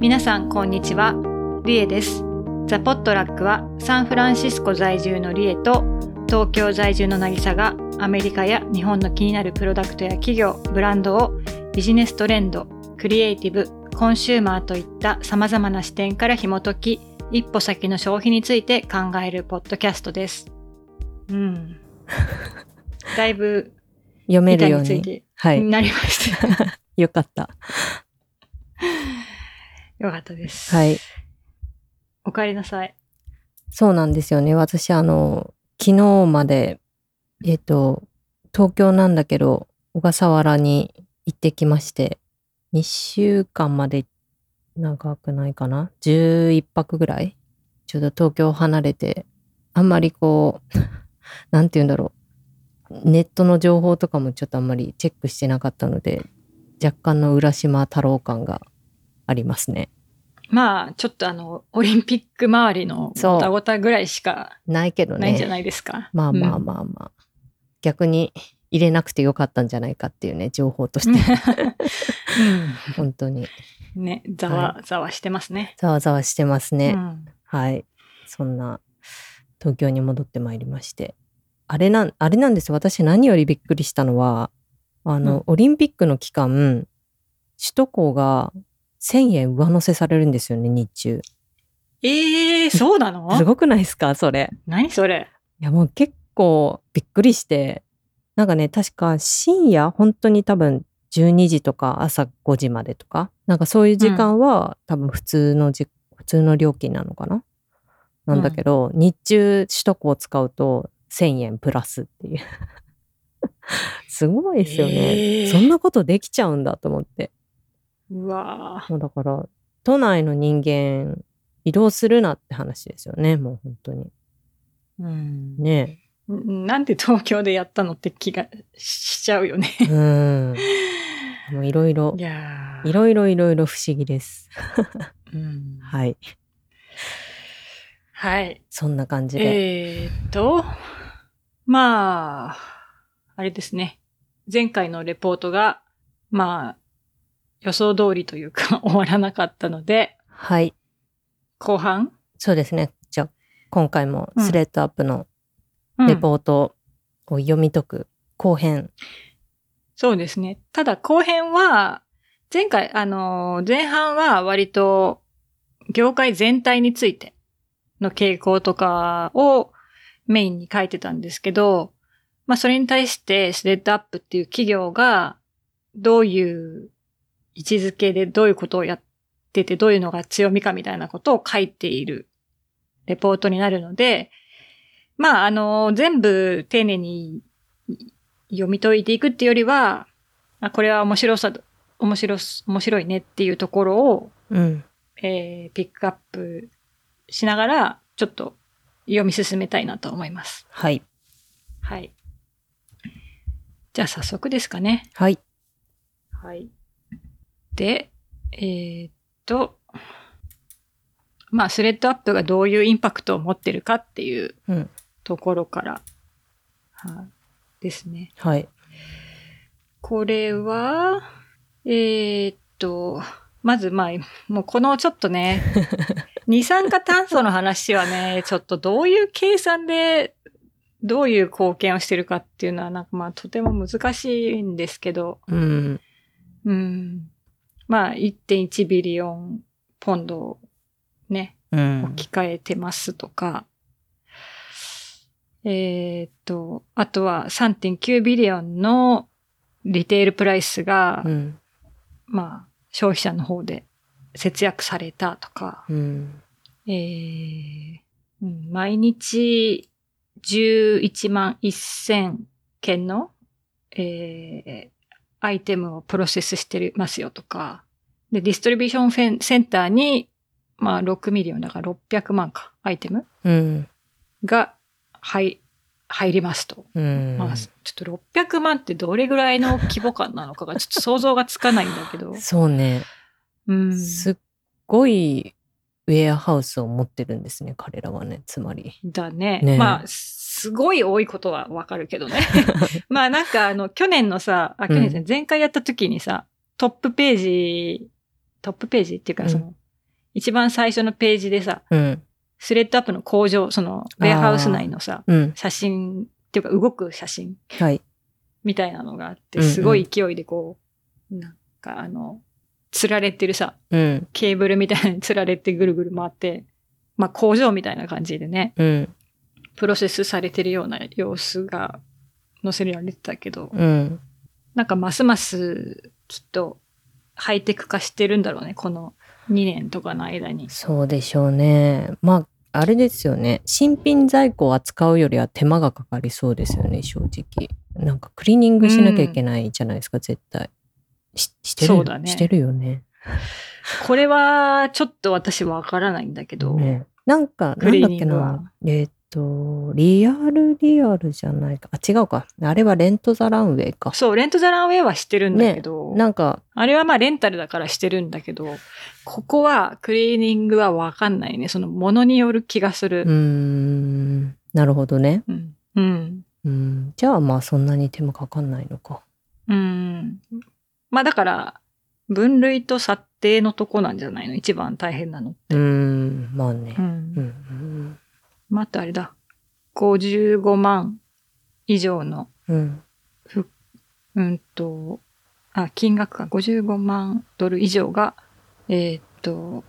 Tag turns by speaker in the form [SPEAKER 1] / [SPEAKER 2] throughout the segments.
[SPEAKER 1] 皆さんこんにちはリエですザ・ポットラックはサンフランシスコ在住のリエと東京在住の渚がアメリカや日本の気になるプロダクトや企業ブランドをビジネストレンドクリエイティブコンシューマーといった様々な視点から紐解き一歩先の消費について考えるポッドキャストです うんだいぶ
[SPEAKER 2] 読める
[SPEAKER 1] 板
[SPEAKER 2] よう
[SPEAKER 1] につい
[SPEAKER 2] に。
[SPEAKER 1] て
[SPEAKER 2] はい。
[SPEAKER 1] なりました、
[SPEAKER 2] よかった。
[SPEAKER 1] よかったです
[SPEAKER 2] はい。
[SPEAKER 1] おかえりなさい
[SPEAKER 2] そうなんですよね。私、あの、昨日まで、えっ、と、東京なんだけど、小笠原に行ってきまして、2週間まで長くないかな ?11 泊ぐらいちょうど東京を離れて、あんまりこう、 なんて言うんだろう。ネットの情報とかもちょっとあんまりチェックしてなかったので、若干の浦島太郎感がありますね。
[SPEAKER 1] まあ、ちょっとあの、オリンピック周りの
[SPEAKER 2] そう
[SPEAKER 1] ごたごたぐらいしか
[SPEAKER 2] ないけどね。
[SPEAKER 1] ないんじゃないですか。
[SPEAKER 2] まあまあ
[SPEAKER 1] うん
[SPEAKER 2] まあまあ、逆に入れなくてよかったんじゃないかっていうね情報と して 本当に
[SPEAKER 1] うんね、ざわざわしてますね。
[SPEAKER 2] ざわざわしてますね、
[SPEAKER 1] うん
[SPEAKER 2] はいそんな東京に戻ってまいりましてあれなんあれなんです私何よりびっくりしたのはあの、
[SPEAKER 1] うん
[SPEAKER 2] オリンピックの期間首都高が1,000円上乗せされるんですよね日中
[SPEAKER 1] ええそうなの
[SPEAKER 2] すごくないですかそれ
[SPEAKER 1] 何それ
[SPEAKER 2] いやもう結構びっくりしてなんかね確か深夜本当に多分12時とか朝5時までとかなんかそういう時間は、多分普通のじ普通の料金なのかななんだけど、日中首都高を使うと1,000円プラスっていう すごいですよね、
[SPEAKER 1] えー
[SPEAKER 2] そんなことできちゃうんだと思って
[SPEAKER 1] うわ
[SPEAKER 2] もうだから都内の人間移動するなって話ですよねもう本当に
[SPEAKER 1] ぁ、うん
[SPEAKER 2] ね
[SPEAKER 1] なんで東京でやったのって気がしちゃうよね。
[SPEAKER 2] えうんもういろいろ
[SPEAKER 1] いやー
[SPEAKER 2] いろいろいろいろ不思議です。
[SPEAKER 1] うん
[SPEAKER 2] はい。
[SPEAKER 1] はい。
[SPEAKER 2] そんな感じで。
[SPEAKER 1] えーっと、まあ、あれですね。前回のレポートが、まあ、予想通りというか 終わらなかったので、
[SPEAKER 2] はい。
[SPEAKER 1] 後半
[SPEAKER 2] そうですね。じゃあ、今回もスレッドアップの
[SPEAKER 1] うん
[SPEAKER 2] レポートを読み解く後編。
[SPEAKER 1] そうですね。ただ後編は、前回、あのー、前半は割と、業界全体についての傾向とかをメインに書いてたんですけど、まあそれに対してスレッドアップっていう企業が、どういう位置づけでどういうことをやってて、どういうのが強みかみたいなことを書いているレポートになるので、まああのー、全部丁寧に読み解いていくっていうよりは、あこれは面白さ、面白す、面白いねっていうところを、
[SPEAKER 2] うん。
[SPEAKER 1] えーピックアップしながら、ちょっと読み進めたいなと思います。
[SPEAKER 2] はい。
[SPEAKER 1] はい。じゃあ早速ですかね。
[SPEAKER 2] はい。
[SPEAKER 1] はい。で、えーっと、まあ、スレッドアップがどういうインパクトを持ってるかっていう
[SPEAKER 2] うん。
[SPEAKER 1] ところから、はいですね。
[SPEAKER 2] はい。
[SPEAKER 1] これは、えーっと、まずまあ、もうこのちょっとね、二酸化炭素の話はね、ちょっとどういう計算で、どういう貢献をしてるかっていうのは、なんかまあとても難しいんですけど、
[SPEAKER 2] うん。
[SPEAKER 1] うん。まあ1.1ビリオンポンドをね、
[SPEAKER 2] うん。
[SPEAKER 1] 置き換えてますとか、えーっと、あとは3.9ビリオンのリテールプライスが、
[SPEAKER 2] うん。
[SPEAKER 1] まあ、消費者の方で節約されたとか、
[SPEAKER 2] うん。
[SPEAKER 1] えーうん毎日11万1000件の、えーアイテムをプロセスしてますよとか、で、ディストリビューションフェンセンターに、まあ、6ミリオンだから600万か、アイテム
[SPEAKER 2] うん。
[SPEAKER 1] が入入りますと。
[SPEAKER 2] うん。。
[SPEAKER 1] まあ、ちょっと600万ってどれぐらいの規模感なのかがちょっと想像がつかないんだけど
[SPEAKER 2] そうね。
[SPEAKER 1] うん、
[SPEAKER 2] すっごいウェアハウスを持ってるんですね。彼らはね。つまり。
[SPEAKER 1] だね。
[SPEAKER 2] ね
[SPEAKER 1] まあ、すごい多いことはわかるけど ね。まあなんかあの、去年のさ、あ、去年ですね前回やった時にさ、トップページ、トップページっていう
[SPEAKER 2] う
[SPEAKER 1] か
[SPEAKER 2] ん
[SPEAKER 1] その、一番最初のページでさ、
[SPEAKER 2] うん。
[SPEAKER 1] スレッドアップの工場、その、
[SPEAKER 2] あー
[SPEAKER 1] ベアハウス内のさ、
[SPEAKER 2] うん。
[SPEAKER 1] 写真っていうか動く写真
[SPEAKER 2] はい。
[SPEAKER 1] みたいなのがあっ
[SPEAKER 2] う
[SPEAKER 1] て、
[SPEAKER 2] んうん
[SPEAKER 1] すごい勢いでこう、なんかあの、釣られてるさ、
[SPEAKER 2] うん。
[SPEAKER 1] ケーブルみたいに 釣られてぐるぐる回って、まあ工場みたいな感じでね、
[SPEAKER 2] うん。
[SPEAKER 1] プロセスされてるような様子が載せられてたけど、
[SPEAKER 2] うん。
[SPEAKER 1] なんかますますきっとハイテク化してるんだろうね、この2年とかの間に。
[SPEAKER 2] そうでしょうね。まあ、あれですよね。新品在庫を扱うよりは手間がかかりそうですよね、正直。なんかクリーニングしなきゃいけないじゃないですか、絶対。ししてる
[SPEAKER 1] そうだね
[SPEAKER 2] してるよね。
[SPEAKER 1] これはちょっと私わからないんだけど、
[SPEAKER 2] ねなんか、な
[SPEAKER 1] ク
[SPEAKER 2] ん
[SPEAKER 1] リ
[SPEAKER 2] だ
[SPEAKER 1] ー
[SPEAKER 2] っ
[SPEAKER 1] ニ
[SPEAKER 2] け
[SPEAKER 1] ングは
[SPEAKER 2] な。えっ、と、リアルリアルじゃないか。あ、違うか。あれはレントザランウェイか。
[SPEAKER 1] そう、レントザランウェイはしてるんだけど、
[SPEAKER 2] なんか、
[SPEAKER 1] あれはまあレンタルだからしてるんだけど、ここはクリーニングはわかんないね。そのものによる気がす
[SPEAKER 2] うー
[SPEAKER 1] る。
[SPEAKER 2] ん、なるほどね。
[SPEAKER 1] うん。うん。
[SPEAKER 2] うん、じゃあまあそんなに手間かかんないのか。
[SPEAKER 1] うん。まあだから、分類と査定のとこなんじゃないの一番大変なの。
[SPEAKER 2] うーん、まあね
[SPEAKER 1] う。。
[SPEAKER 2] うんん、
[SPEAKER 1] まあ、あとあれだ。55万以上の、
[SPEAKER 2] うん、うん、
[SPEAKER 1] うんと、あ、金額が55万ドル以上が、えーっと、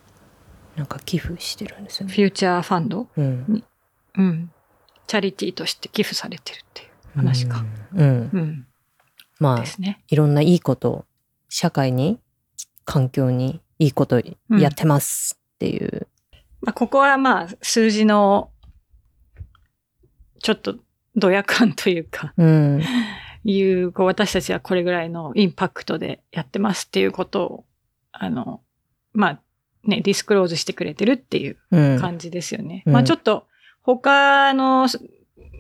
[SPEAKER 2] なんか寄付してるんですよ
[SPEAKER 1] フ
[SPEAKER 2] ね。
[SPEAKER 1] ューチャーファンド
[SPEAKER 2] うん、
[SPEAKER 1] うん。チャリティーとして寄付されてるっていう話か。
[SPEAKER 2] うん。うん、
[SPEAKER 1] うん。
[SPEAKER 2] まあ
[SPEAKER 1] ですね。
[SPEAKER 2] いろんないいことを社会に環境にいいことやってますっていう。
[SPEAKER 1] まあ、ここはまあ、数字の、ちょっと、ドヤ感というか、
[SPEAKER 2] うん、
[SPEAKER 1] いう、こう、私たちはこれぐらいのインパクトでやってますっていうことを、あの、まあ、ね、ディスクローズしてくれてるっていう
[SPEAKER 2] うん、
[SPEAKER 1] 感じですよね。
[SPEAKER 2] うん
[SPEAKER 1] まあ、ちょっと、他の、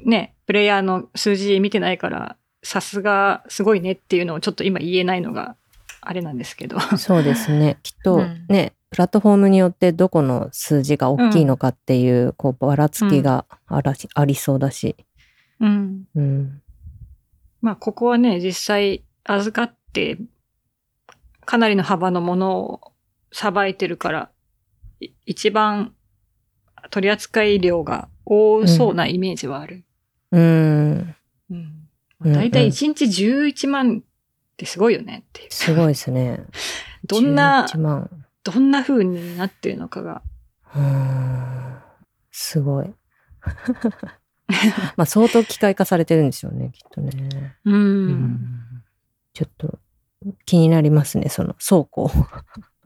[SPEAKER 1] ね、プレイヤーの数字見てないから、さすがすごいねっていうのをちょっと今言えないのが、あれなんですけど。
[SPEAKER 2] そうですね。 きっと
[SPEAKER 1] うん
[SPEAKER 2] ね、プラットフォームによってどこの数字が大きいのかっていう、こうばらつきがあらしありそうだし。
[SPEAKER 1] うん。
[SPEAKER 2] うん、
[SPEAKER 1] まあ、ここはね、実際預かって、かなりの幅のものをさばいてるから、い一番取り扱い量が多そうなイメージはある。
[SPEAKER 2] うん、
[SPEAKER 1] うん。
[SPEAKER 2] うん
[SPEAKER 1] だいたい1日11万ってすごいよねっていう。
[SPEAKER 2] すごいですね。
[SPEAKER 1] どんな、
[SPEAKER 2] 11万
[SPEAKER 1] どんな風になってるのかが。
[SPEAKER 2] うーんすごい。 まあ相当機械化されてるんでしょうね、きっとね。
[SPEAKER 1] うん。
[SPEAKER 2] うんちょっと気になりますね、その倉庫。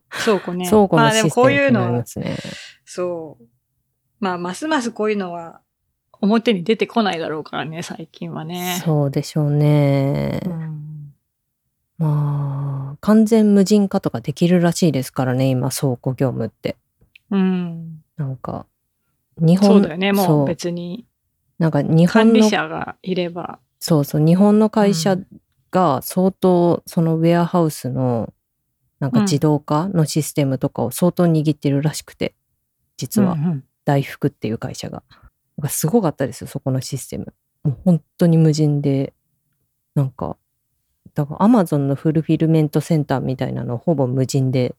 [SPEAKER 1] 倉庫ね。
[SPEAKER 2] 倉庫
[SPEAKER 1] ま
[SPEAKER 2] の
[SPEAKER 1] あで
[SPEAKER 2] シ
[SPEAKER 1] も
[SPEAKER 2] ステ
[SPEAKER 1] こ
[SPEAKER 2] ム
[SPEAKER 1] う
[SPEAKER 2] 気
[SPEAKER 1] いう
[SPEAKER 2] になり
[SPEAKER 1] の
[SPEAKER 2] ますね。
[SPEAKER 1] そう。まあ、ますますこういうのは表に出てこないだろうからね、最近はね。
[SPEAKER 2] そうでしょうね。
[SPEAKER 1] うん
[SPEAKER 2] まあ、完全無人化とかできるらしいですからね、今、倉庫業務って。
[SPEAKER 1] うん。
[SPEAKER 2] なんか、日本
[SPEAKER 1] そうだよね。も
[SPEAKER 2] そう
[SPEAKER 1] う別に
[SPEAKER 2] なんか日
[SPEAKER 1] 管
[SPEAKER 2] 本
[SPEAKER 1] 理
[SPEAKER 2] の
[SPEAKER 1] 者がいれば。
[SPEAKER 2] そうそう、日本の会
[SPEAKER 1] う
[SPEAKER 2] 社
[SPEAKER 1] ん
[SPEAKER 2] が相当そのウェアハウスのなん
[SPEAKER 1] う
[SPEAKER 2] か
[SPEAKER 1] ん
[SPEAKER 2] 自動化のシステムとかを相当握ってるらしくて、実は
[SPEAKER 1] うん
[SPEAKER 2] 大福っていう会社が。なんかすごかったですよ、そこのシステム。もう本当に無人で、なんか、だからアマゾンのフルフィルメントセンターみたいなのをほぼ無人で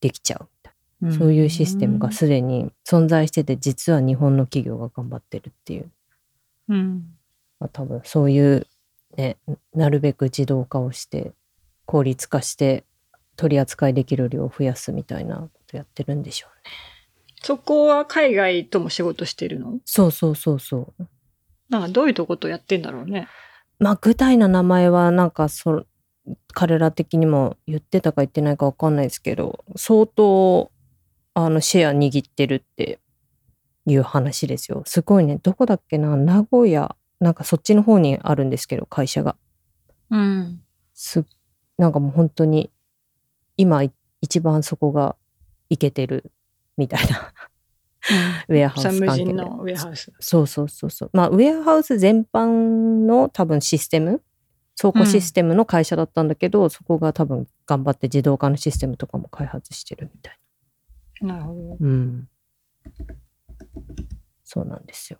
[SPEAKER 2] できちゃうみたい
[SPEAKER 1] うん
[SPEAKER 2] な。そういうシステムがすでに存在してて、実は日本の企業が頑張ってるっていう。
[SPEAKER 1] うん。
[SPEAKER 2] まあ、多分そういう、ね、なるべく自動化をして効率化して取り扱いできる量を増やすみたいなことやってるんでしょうね。
[SPEAKER 1] そこは海外とも仕事してるの
[SPEAKER 2] そうそうそうそう。
[SPEAKER 1] なんかどういうとことやってんだろうね。
[SPEAKER 2] まあ具体な名前はなんかそ彼ら的にも言ってたか言ってないかわかんないですけど相当あのシェア握ってるっていう話ですよ。すごいねどこだっけな名古屋なんかそっちの方にあるんですけど会社が。
[SPEAKER 1] うん。
[SPEAKER 2] すなんかもう本当に今い一番そこがいけてるみたいなウェアハウ
[SPEAKER 1] さ
[SPEAKER 2] ス
[SPEAKER 1] 無
[SPEAKER 2] 関係
[SPEAKER 1] 人
[SPEAKER 2] で
[SPEAKER 1] のウェアハウス。
[SPEAKER 2] そうそうそうそうまあウェアハウス全般の多分システム倉庫システムの会社だったんだけど、そこが多分頑張って自動化のシステムとかも開発してるみたい
[SPEAKER 1] なるほど。
[SPEAKER 2] なうんそうなんですよ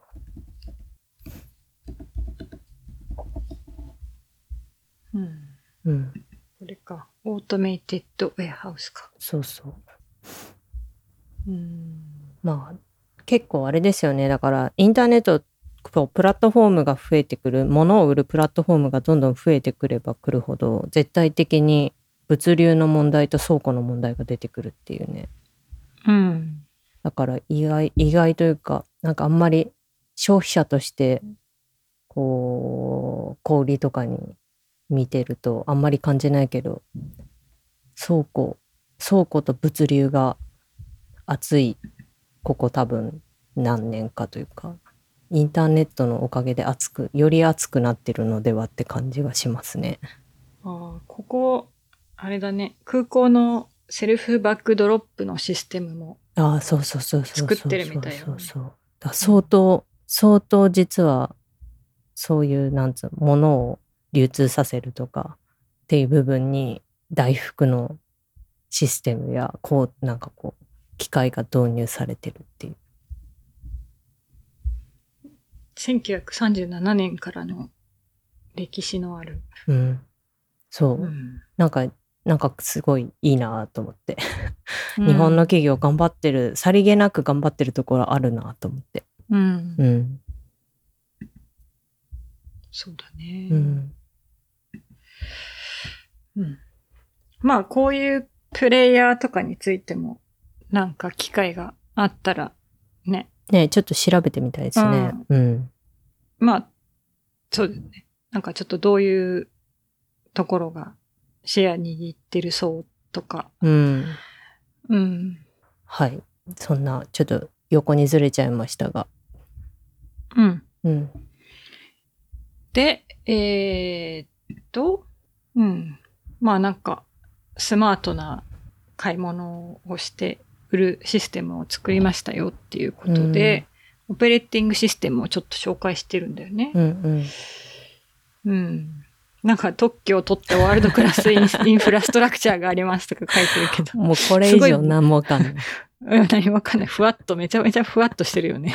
[SPEAKER 1] うん。
[SPEAKER 2] うん
[SPEAKER 1] これか。オートメイテッドウェアハウスか。
[SPEAKER 2] そうそうまあ結構あれですよねだからインターネットとプラットフォームが増えてくる物を売るプラットフォームがどんどん増えてくればくるほど絶対的に物流の問題と倉庫の問題が出てくるっていうね
[SPEAKER 1] うん。
[SPEAKER 2] だから意外意外というかなんかあんまり消費者としてこう小売りとかに見てるとあんまり感じないけど倉庫倉庫と物流が熱いここ多分何年かというかインターネットのおかげで熱くより熱くなってるのではって感じがしますね。
[SPEAKER 1] ああ、ここ、あれだね、空港のセルフバックドロップのシステムも。
[SPEAKER 2] ああそうそうそうそうそう
[SPEAKER 1] 作ってるみたいよね
[SPEAKER 2] そうそうそうだから相当相当実はそういうなんつうのものを流通させるとかっていう部分に大福のシステムやこうなんかこう機械が導入されてるっていう
[SPEAKER 1] 1937年からの歴史のある。
[SPEAKER 2] うんそう、
[SPEAKER 1] うん
[SPEAKER 2] なんかなんかすごいいいなと思って、日本の、企業頑張ってるさりげなく頑張ってるところあるなと思って
[SPEAKER 1] うん、
[SPEAKER 2] うん
[SPEAKER 1] そうだね。
[SPEAKER 2] うん
[SPEAKER 1] うんまあ、こういうプレイヤーとかについても、なんか機会があったら、ね。
[SPEAKER 2] ねちょっと調べてみたいですねうん
[SPEAKER 1] まあ、そうですね。なんかちょっとどういうところがシェア握ってるそうとか。
[SPEAKER 2] うん。
[SPEAKER 1] うん。
[SPEAKER 2] はい。そんな、ちょっと横にずれちゃいましたが。
[SPEAKER 1] うん。
[SPEAKER 2] うん。
[SPEAKER 1] で、えーっと、うん。まあなんか、スマートな買い物をして売るシステムを作りましたよっていうことで、オペレーティングシステムをちょっと紹介してるんだよね
[SPEAKER 2] う。んうん。
[SPEAKER 1] うん。なんか特許を取ったワールドクラスインインフラストラクチャーがありますとか書いてるけど、
[SPEAKER 2] もうこれ以上何もわかんない。
[SPEAKER 1] うん、何もわかんない。ふわっと、めちゃめちゃふわっとしてる よね。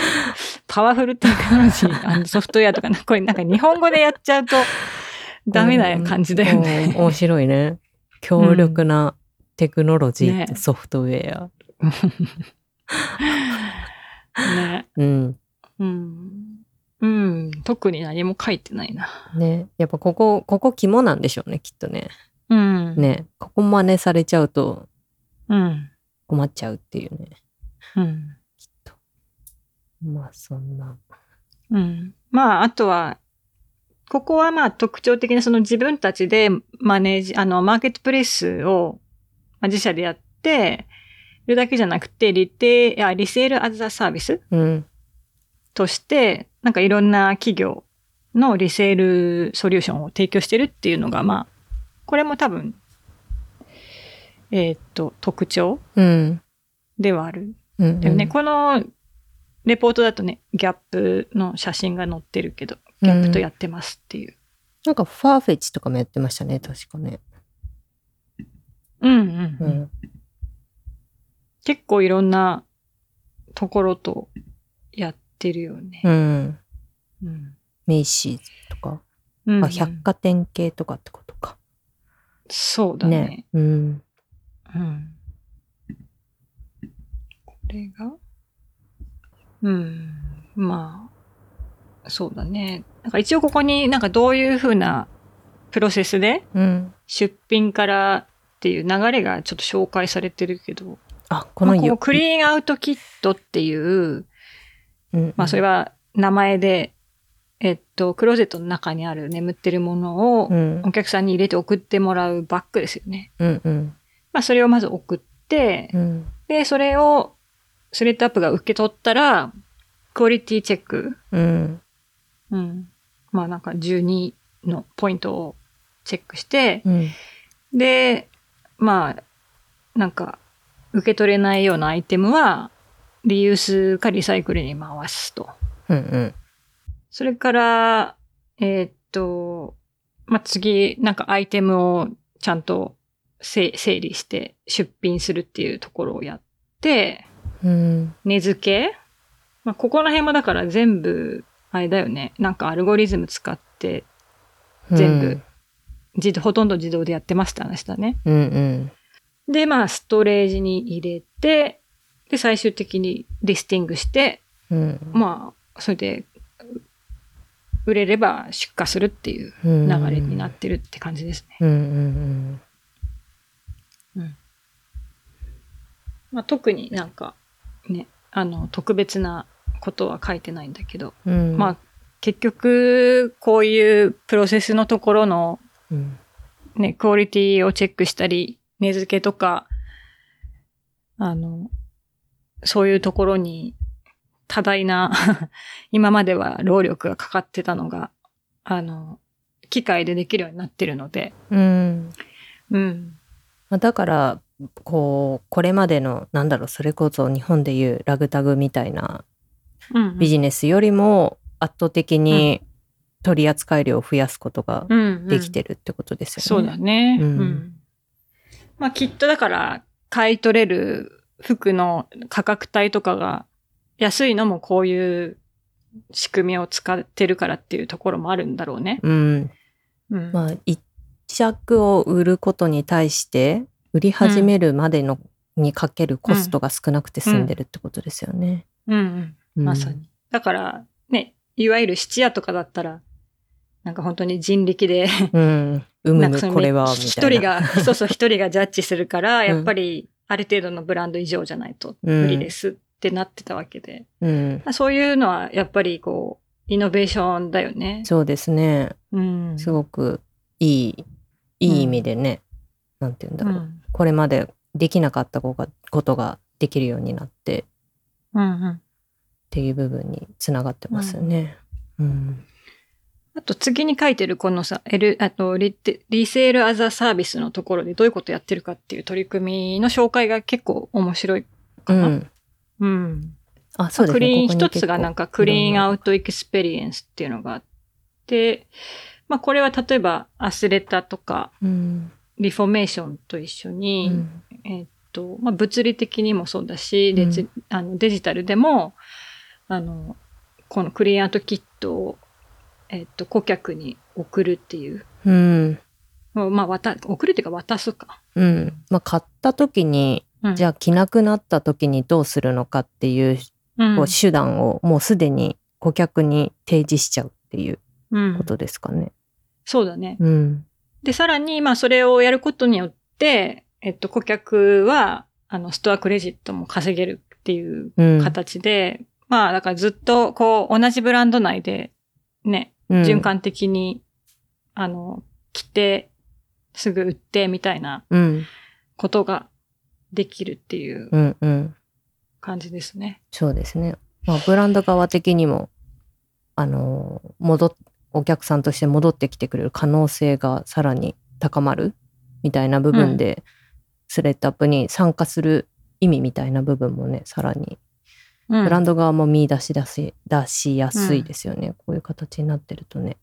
[SPEAKER 1] パワフルテクノロジーソフトウェアとかな、これなんか日本語でやっちゃうとダメな感じだよね。
[SPEAKER 2] うん 面白いね。強力なテクノロジーって
[SPEAKER 1] ね
[SPEAKER 2] ソフトウェア。
[SPEAKER 1] ね。
[SPEAKER 2] うん。
[SPEAKER 1] うん。うん。特に何も書いてないな。
[SPEAKER 2] ね。やっぱここ、ここ肝なんでしょうね、きっとね。
[SPEAKER 1] うん。。
[SPEAKER 2] ね。ここ真似されちゃうと
[SPEAKER 1] うん。
[SPEAKER 2] 困っちゃうっていうね。
[SPEAKER 1] うん。
[SPEAKER 2] きっと。まあそんな。
[SPEAKER 1] うん。まあ、あとは、ここはまあ特徴的なその自分たちでマネージ、あの、マーケットプレイスをまあ自社でやって、いるだけじゃなくて、リテ、あ、リセールアザサービス
[SPEAKER 2] うん。
[SPEAKER 1] として、なんかいろんな企業のリセールソリューションを提供してるっていうのが、まあ、これも多分、えーっと、特徴
[SPEAKER 2] うん。
[SPEAKER 1] ではあるん
[SPEAKER 2] うん、うん。
[SPEAKER 1] だよね。このレポートだとね、ギャップの写真が載ってるけど、ギャップとやってますっていう。
[SPEAKER 2] なんかファーフェチとかもやってましたね、確かね。
[SPEAKER 1] うんう
[SPEAKER 2] うん
[SPEAKER 1] うん
[SPEAKER 2] ん。
[SPEAKER 1] 結構いろんなところとやってるよね
[SPEAKER 2] う。ん。
[SPEAKER 1] うん
[SPEAKER 2] メイシーズとか。
[SPEAKER 1] うんうん
[SPEAKER 2] あ百貨店系とかってことか。
[SPEAKER 1] そうだね。
[SPEAKER 2] うん。
[SPEAKER 1] うんこれがうん。まあ、そうだね。なんか一応ここになんかどういうふうなプロセスで
[SPEAKER 2] うん。
[SPEAKER 1] 出品からっていう流れがちょっと紹介されてるけど、
[SPEAKER 2] あ、こ
[SPEAKER 1] こま
[SPEAKER 2] の
[SPEAKER 1] あ、この
[SPEAKER 2] よ
[SPEAKER 1] クリーンアウトキットっていう、
[SPEAKER 2] うん
[SPEAKER 1] まあそれ
[SPEAKER 2] は。
[SPEAKER 1] は名前で、えっと、クローゼットの中にある眠ってるもの
[SPEAKER 2] う
[SPEAKER 1] を
[SPEAKER 2] ん。
[SPEAKER 1] お客さんに入れて送ってもらうバッグですよね。
[SPEAKER 2] うんうん。
[SPEAKER 1] まあそれをまず送って、
[SPEAKER 2] うん。
[SPEAKER 1] で、それをスレッドアップが受け取ったら、クオリティチェック。
[SPEAKER 2] うん。
[SPEAKER 1] うん。まあなんか12のポイントをチェックして、
[SPEAKER 2] うん。
[SPEAKER 1] で、まあ、なんか受け取れないようなアイテムは、リユースかリサイクルに回すと。
[SPEAKER 2] うんうん。
[SPEAKER 1] それから、えーっと、まあ次、なんかアイテムをちゃんとせ整理して出品するっていうところをやって、
[SPEAKER 2] うん。
[SPEAKER 1] 根付け、まあ、ここら辺もだから全部、あれだよね。なんかアルゴリズム使って、全部自動、ほとんど自動でやってますって話だね。
[SPEAKER 2] うん。うん
[SPEAKER 1] で、まあ、ストレージに入れて、で、最終的にリスティングして、
[SPEAKER 2] うん。
[SPEAKER 1] まあ、それで、売れれば出荷するっていう
[SPEAKER 2] 流
[SPEAKER 1] 流れになってるって感じですね。
[SPEAKER 2] うんうん
[SPEAKER 1] まあ、特になんか、ね、あの、特別なことは書いてないんだけど、
[SPEAKER 2] うん。うん
[SPEAKER 1] まあ、、結局、こういうプロセスのところの、
[SPEAKER 2] うん。
[SPEAKER 1] ね、クオリティをチェックしたり、値付けとか、あの、そういうところに多大な、 今までは労力がかかってたのが、あの、機械でできるようになってるので、
[SPEAKER 2] うん。
[SPEAKER 1] うん。
[SPEAKER 2] まあだからこうこれまでのなんだろうそれこそ日本でいうラグタグみたいな
[SPEAKER 1] うん
[SPEAKER 2] ビジネスよりも圧倒的に取り扱い量を増やすことが
[SPEAKER 1] うん
[SPEAKER 2] できてるってことです
[SPEAKER 1] そ
[SPEAKER 2] よ
[SPEAKER 1] う
[SPEAKER 2] ね。
[SPEAKER 1] だね。
[SPEAKER 2] うん
[SPEAKER 1] まあきっとだから、買い取れる服の価格帯とかが安いのもこういう仕組みを使ってるからっていうところもあるんだろうね。
[SPEAKER 2] うん、
[SPEAKER 1] うん。
[SPEAKER 2] まあ一着を売ることに対して売り始めるまでの、にかけるコストが少なくて済んでるってことですよね。
[SPEAKER 1] うんうん。
[SPEAKER 2] うん
[SPEAKER 1] まさに。。だから、ね、いわゆる質屋とかだったら、なんか本当に人力で、
[SPEAKER 2] うん。う む
[SPEAKER 1] なんか
[SPEAKER 2] む
[SPEAKER 1] その
[SPEAKER 2] これはみ
[SPEAKER 1] 一
[SPEAKER 2] たいな。
[SPEAKER 1] 人が、そうそう、一人がジャッジするから、
[SPEAKER 2] ん
[SPEAKER 1] やっぱりある程度のブランド以上じゃないと
[SPEAKER 2] うん
[SPEAKER 1] 無理ですってなってたわけで。
[SPEAKER 2] うん。
[SPEAKER 1] そういうのはやっぱりこう、イノベーションだよね。
[SPEAKER 2] そうですね。
[SPEAKER 1] うん。
[SPEAKER 2] す
[SPEAKER 1] う
[SPEAKER 2] ごくいい、いい意味でね、なんて言うんだろう、
[SPEAKER 1] ん
[SPEAKER 2] これまでできなかったことがことができるようになってっ
[SPEAKER 1] うんうん。
[SPEAKER 2] ていう部分につながってますよね。うん。
[SPEAKER 1] あと次に書いてるこのさ、L、あとリテリセールアザサービスのところでどういうことやってるかっていう取り組みの紹介が結構面白い。
[SPEAKER 2] うん。
[SPEAKER 1] うん。
[SPEAKER 2] あ、そうですね。
[SPEAKER 1] クリーン
[SPEAKER 2] ここに
[SPEAKER 1] 一
[SPEAKER 2] 結構
[SPEAKER 1] つがなんかクリーンアウトエクスペリエンスっていうのがあって、まあこれは例えばアスレタとか
[SPEAKER 2] うん。
[SPEAKER 1] リフォーメーションと一緒
[SPEAKER 2] う
[SPEAKER 1] に、
[SPEAKER 2] ん
[SPEAKER 1] えっと、まあ物理的にもそうだし、で
[SPEAKER 2] うん
[SPEAKER 1] あのデジタルでも、あの、このクリーンアウトキットを、えっと、顧客に送るっていう、
[SPEAKER 2] うん。
[SPEAKER 1] まあ渡、送るっていうか渡すか。
[SPEAKER 2] うん。まあ、買った時に、
[SPEAKER 1] うん
[SPEAKER 2] じゃあ着なくなった時にどうするのかっていう、
[SPEAKER 1] うん
[SPEAKER 2] こう手段をもうすでに顧客に提示しちゃうっていう
[SPEAKER 1] うん
[SPEAKER 2] ことですかね。
[SPEAKER 1] そうだね。
[SPEAKER 2] うん。
[SPEAKER 1] で、さらに、まあ、それをやることによって、えっと、顧客は、あの、ストアクレジットも稼げるっていう
[SPEAKER 2] うん。
[SPEAKER 1] 形で、まあ、だからずっと、こう、同じブランド内で、ね、
[SPEAKER 2] うん
[SPEAKER 1] 循。環的に、あの、着て、すぐ売って、みたいな
[SPEAKER 2] うん。
[SPEAKER 1] ことができるっていう
[SPEAKER 2] うん。うん。
[SPEAKER 1] 感じですね。
[SPEAKER 2] そうですね。まあ、ブランド側的にも、あの、戻っ、お客さんとして戻ってきてくれる可能性がさらに高まるみたいな部分で、スレッドアップに参加する意味みたいな部分もね、さらに、
[SPEAKER 1] うん
[SPEAKER 2] ブランド側も見出し出し、出しやすいですよね。こういう形になってるとね。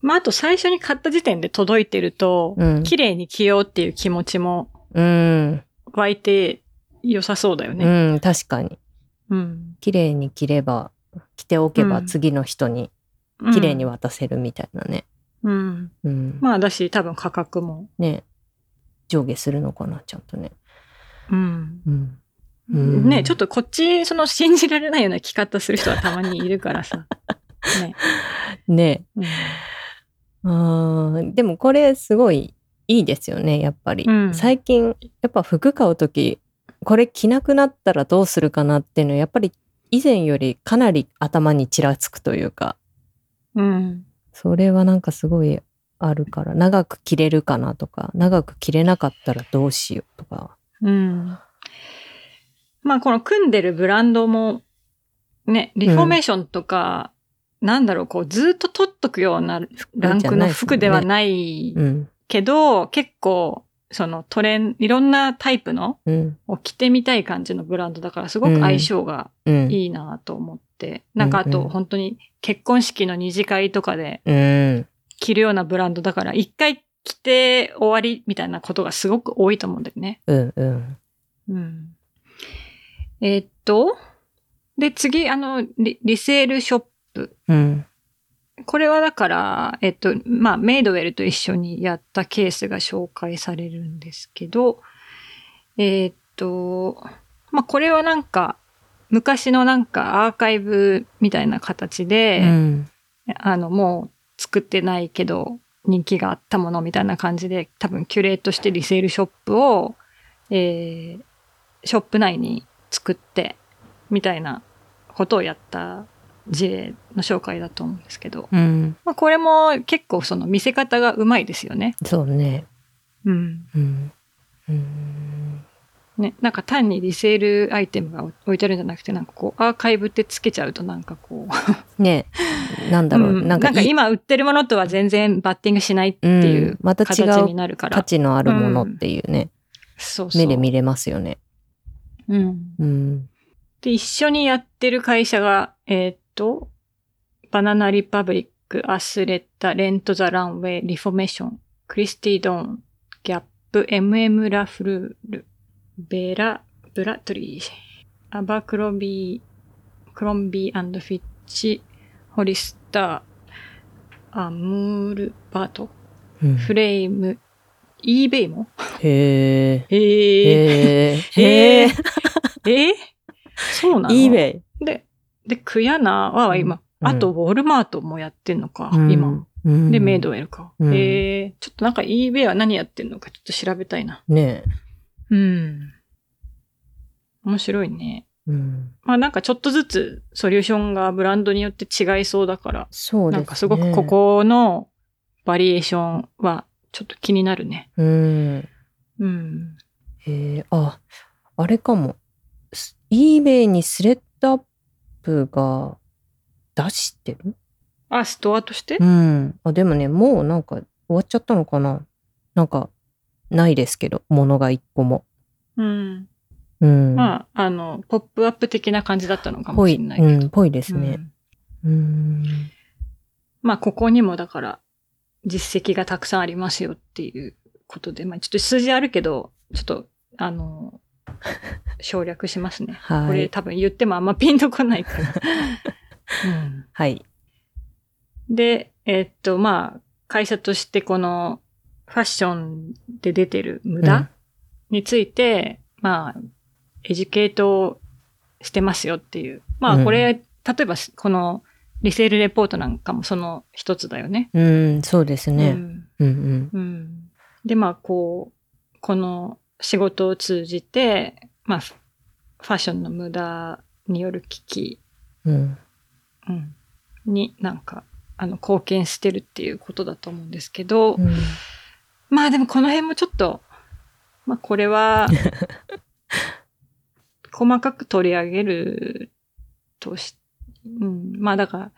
[SPEAKER 1] まあ、あと最初に買った時点で届いてると、
[SPEAKER 2] うん。
[SPEAKER 1] 綺麗に着ようっていう気持ちも
[SPEAKER 2] うん。
[SPEAKER 1] 湧いて良さそうだよね。
[SPEAKER 2] うん、確かに。
[SPEAKER 1] うん。
[SPEAKER 2] 綺麗に着れば、着ておけば
[SPEAKER 1] うん
[SPEAKER 2] 次の人に
[SPEAKER 1] うん
[SPEAKER 2] 綺麗に渡せるみたいなね。
[SPEAKER 1] うん。
[SPEAKER 2] うん。
[SPEAKER 1] まあだし、多分価格も。
[SPEAKER 2] ね、上下するのかな、ちゃんとね。
[SPEAKER 1] うん。
[SPEAKER 2] うん。うん
[SPEAKER 1] ね、ちょっとこっち、その信じられないような着方する人はたまにいるから さ。ね。
[SPEAKER 2] ね
[SPEAKER 1] うん
[SPEAKER 2] あーでもこれすごいいいですよね、やっぱり。
[SPEAKER 1] うん
[SPEAKER 2] 最近、やっぱ服買うとき、これ着なくなったらどうするかなっていうのは、やっぱり以前よりかなり頭にちらつくというか、
[SPEAKER 1] うん。
[SPEAKER 2] それはなんかすごいあるから、長く着れるかなとか、長く着れなかったらどうしようとか。
[SPEAKER 1] うん。まあこの組んでるブランドも、ね、リフォーメーションとか、なんだろう、こうずっと取っとくようなランクの服ではない
[SPEAKER 2] うん。
[SPEAKER 1] けど、結構、そのトレン、いろんなタイプの
[SPEAKER 2] うん。
[SPEAKER 1] を着てみたい感じのブランドだから、すごく相性が
[SPEAKER 2] うん。
[SPEAKER 1] いいなと思って。なんかあ
[SPEAKER 2] うんう
[SPEAKER 1] と
[SPEAKER 2] ん
[SPEAKER 1] 本当に結婚式の二次会とかで
[SPEAKER 2] うん。
[SPEAKER 1] 着るようなブランドだから一回着て終わりみたいなことがすごく多いと思うんだよね。
[SPEAKER 2] うん。うん。
[SPEAKER 1] うん。えーっと。で、次、あのリ、リセールショップ。
[SPEAKER 2] うん。
[SPEAKER 1] これはだから、えっと、まあ、メイドウェルと一緒にやったケースが紹介されるんですけど、えーっと、まあこれはなんか、昔のなんかアーカイブみたいな形で、
[SPEAKER 2] うん。
[SPEAKER 1] あの、もう作ってないけど、人気があったものみたいな感じで、多分キュレートしてリセールショップを、えー、ショップ内に作って、みたいなことをやった事例の紹介だと思うんですけど、
[SPEAKER 2] うん。
[SPEAKER 1] まあ、これも結構その見せ方がうまいですよね。
[SPEAKER 2] そうね。
[SPEAKER 1] うん。
[SPEAKER 2] うん。うん。
[SPEAKER 1] ね、なんか単にリセールアイテムが置いてあるんじゃなくて、なんかこう、アーカイブってつけちゃうとなんかこう、
[SPEAKER 2] ねなんだろう。
[SPEAKER 1] うんな
[SPEAKER 2] な
[SPEAKER 1] んん
[SPEAKER 2] かい
[SPEAKER 1] か今売ってるものとは全然バッティングしないってい
[SPEAKER 2] うん
[SPEAKER 1] う
[SPEAKER 2] また違
[SPEAKER 1] 形
[SPEAKER 2] う
[SPEAKER 1] になるから。
[SPEAKER 2] 価値のあるものっていうね、
[SPEAKER 1] そう
[SPEAKER 2] 目で見れますよね。
[SPEAKER 1] うん。
[SPEAKER 2] うん。
[SPEAKER 1] で、一緒にやってる会社が、えーっと、バナナリパブリック、アスレッタ、レント・ザ・ランウェイ、リフォメーション、クリスティ・ドーン、ギャップ、MM ・ラフルール、ベラ・ブラトリー、アバクロビー、クロンビーフィッチ、ホリスター、アムール・バート、
[SPEAKER 2] うん
[SPEAKER 1] フレーム、eBay も
[SPEAKER 2] へえ。
[SPEAKER 1] へー。
[SPEAKER 2] へえ。へ
[SPEAKER 1] へ
[SPEAKER 2] え。
[SPEAKER 1] ーえーそうなの
[SPEAKER 2] eBay。
[SPEAKER 1] で、で、クヤナは今、
[SPEAKER 2] うん
[SPEAKER 1] あと、ウォルマートもやってんのか、今。
[SPEAKER 2] うん。
[SPEAKER 1] で、メイドウェルか。
[SPEAKER 2] うん
[SPEAKER 1] えー、ちょっとなんか eBay は何やってんのかちょっと調べたいな。
[SPEAKER 2] ね
[SPEAKER 1] うん。面白いね。
[SPEAKER 2] うん。
[SPEAKER 1] まあなんかちょっとずつソリューションがブランドによって違いそうだから、
[SPEAKER 2] そうですね。
[SPEAKER 1] なんかすごくこ。このバリエーションはちょっと気になるね。
[SPEAKER 2] うん。
[SPEAKER 1] うん。
[SPEAKER 2] へえ。あ、あれかも。す eBay にスレッドアップが出してる
[SPEAKER 1] あ、ストアとして
[SPEAKER 2] うん。あ、でもね、もうなんか終わっちゃったのかななんか、ないですけど、ものが一個も。
[SPEAKER 1] うん。
[SPEAKER 2] うん。
[SPEAKER 1] まあ、あの、ポップアップ的な感じだったのかも
[SPEAKER 2] ぽ
[SPEAKER 1] し
[SPEAKER 2] い、
[SPEAKER 1] れないけど。
[SPEAKER 2] うん、ぽいです
[SPEAKER 1] う
[SPEAKER 2] ね
[SPEAKER 1] ん。
[SPEAKER 2] うん。
[SPEAKER 1] まあ、ここにもだから、実績がたくさんありますよっていうことで、まあ、ちょっと数字あるけど、ちょっと、あの、省略しますね。
[SPEAKER 2] はい
[SPEAKER 1] これ多分言ってもあんまピンとこない から。
[SPEAKER 2] はい。
[SPEAKER 1] うんで、えっと、まあ、会社としてこのファッションで出てる無駄、について、まあ、エデュケートしてますよっていう。まあ、これ、例えばす、この、リセールレポートなんかもその一つだよね。
[SPEAKER 2] うん、うんそうです
[SPEAKER 1] う
[SPEAKER 2] ね。
[SPEAKER 1] ん
[SPEAKER 2] うん、うん、
[SPEAKER 1] うん。で、まあ、こう、この仕事を通じて、まあ、フファッションの無駄による危機、
[SPEAKER 2] うん。
[SPEAKER 1] うん、になんか、あの、貢献してるっていうことだと思うんですけど、
[SPEAKER 2] うん
[SPEAKER 1] まあでもこの辺もちょっと、まあこれ は、細かく取り上げるとし、うん、まあだから、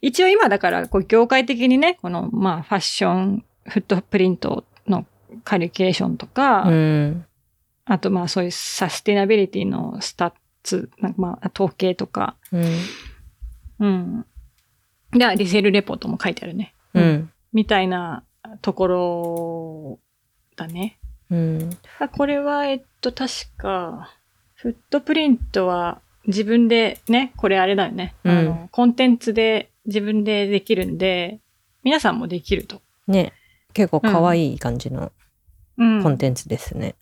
[SPEAKER 1] 一応今だから、こう業界的にね、このまあファッション、フットプリントのカリキュレーションとか、
[SPEAKER 2] うん。
[SPEAKER 1] あとまあそういうサステナビリティのスタッツ、なんかまあ統計とか、
[SPEAKER 2] うん。
[SPEAKER 1] うん。じゃあリセールレポートも書いてあるね。
[SPEAKER 2] うん。
[SPEAKER 1] みたいなところだね。
[SPEAKER 2] うん。
[SPEAKER 1] あ、これは、えっと、確か、フットプリントは自分でね、これあれだよね。
[SPEAKER 2] うん
[SPEAKER 1] あの、コンテンツで自分でできるんで、皆さんもできると。
[SPEAKER 2] ね。結構可愛い感じの
[SPEAKER 1] うん
[SPEAKER 2] コンテンツですね。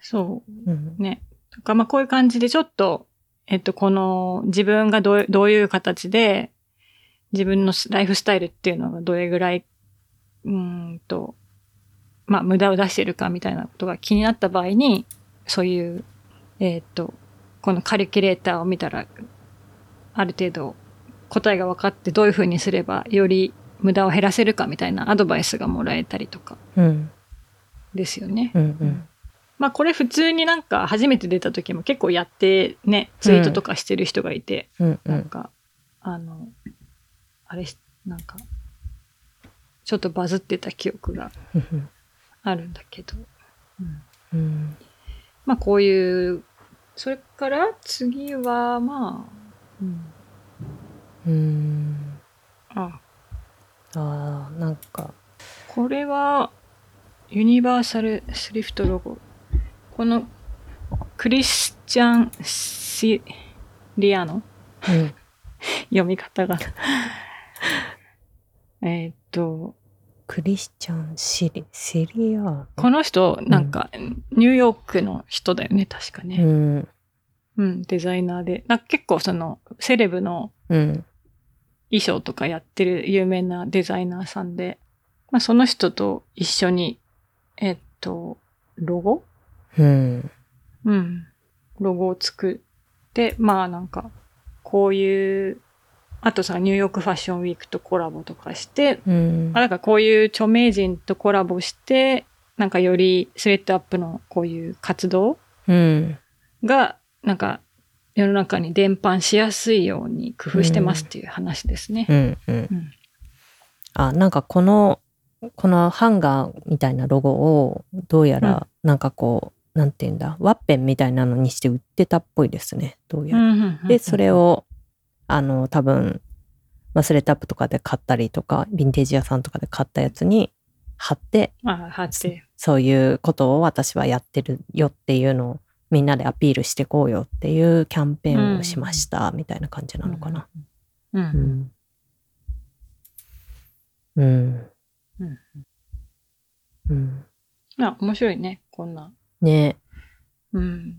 [SPEAKER 1] そ
[SPEAKER 2] うん
[SPEAKER 1] う。。ね。とか、まあ、こういう感じでちょっと、えっと、この、自分がどうどういう形で、自分のライフスタイルっていうのがどれぐらい、うーんと、まあ、無駄を出してるかみたいなことが気になった場合に、そういう、えーっと、このカリキュレーターを見たら、ある程度答えが分かってどういうふうにすればより無駄を減らせるかみたいなアドバイスがもらえたりとか
[SPEAKER 2] うん。
[SPEAKER 1] ですよね。
[SPEAKER 2] うん。うん。
[SPEAKER 1] まあこれ普通になんか初めて出た時も結構やってね、ツイートとかしてる人がいて、
[SPEAKER 2] うん。う
[SPEAKER 1] なん
[SPEAKER 2] ん。
[SPEAKER 1] か、あの、あれし、なんか、ちょっとバズってた記憶が
[SPEAKER 2] うん
[SPEAKER 1] あるんだけど。うん
[SPEAKER 2] うん。
[SPEAKER 1] まあこういう、それから次は、まあ、うん、
[SPEAKER 2] うん。
[SPEAKER 1] あ、
[SPEAKER 2] ああ、なんか、
[SPEAKER 1] これは、ユニバーサルスリフトロゴ。この、クリスチャン・シリアの
[SPEAKER 2] うん。
[SPEAKER 1] 読み方が。 えーっと、
[SPEAKER 2] クリスチャン・シリ、シリアー
[SPEAKER 1] この人、なんか、ニューヨークの人だよね、確か
[SPEAKER 2] ル。
[SPEAKER 1] ね。
[SPEAKER 2] うん。
[SPEAKER 1] うん、デザイナーで。なんか結構その、セレブの
[SPEAKER 2] うん。
[SPEAKER 1] 衣装とかやってる有名なデザイナーさんで、まあその人と一緒に、えっと、ロゴ
[SPEAKER 2] うん。
[SPEAKER 1] うん。ロゴを作って、まあなんか、こういう、あとさ、ニューヨークファッションウィークとコラボとかして、
[SPEAKER 2] うん
[SPEAKER 1] まあ、。なんかこういう著名人とコラボして、なんかよりスレッドアップのこういう活動
[SPEAKER 2] うん。
[SPEAKER 1] が、なんか世の中に伝播しやすいように工夫してますっていう話ですね。
[SPEAKER 2] うん。う
[SPEAKER 1] うんん。
[SPEAKER 2] あ、なんかこの、このハンガーみたいなロゴを、どうやら、なんかこう、なんていうんだ、ワッペンみたいなのにして売ってたっぽいですね。どうやら。
[SPEAKER 1] うんうんうんうん
[SPEAKER 2] で、それ、を、あの、多分、マスレタップとかで買ったりとか、ヴィンテージ屋さんとかで買ったやつに貼って、
[SPEAKER 1] あ貼って。
[SPEAKER 2] そういうことを私はやってるよっていうのをみんなでアピールしてこうよっていうキャンペーンをしましたみたいな感じなのかな。
[SPEAKER 1] う。
[SPEAKER 2] うんん。うん。
[SPEAKER 1] うん
[SPEAKER 2] うん。
[SPEAKER 1] あ、面白いね、こんな。
[SPEAKER 2] ね
[SPEAKER 1] うん。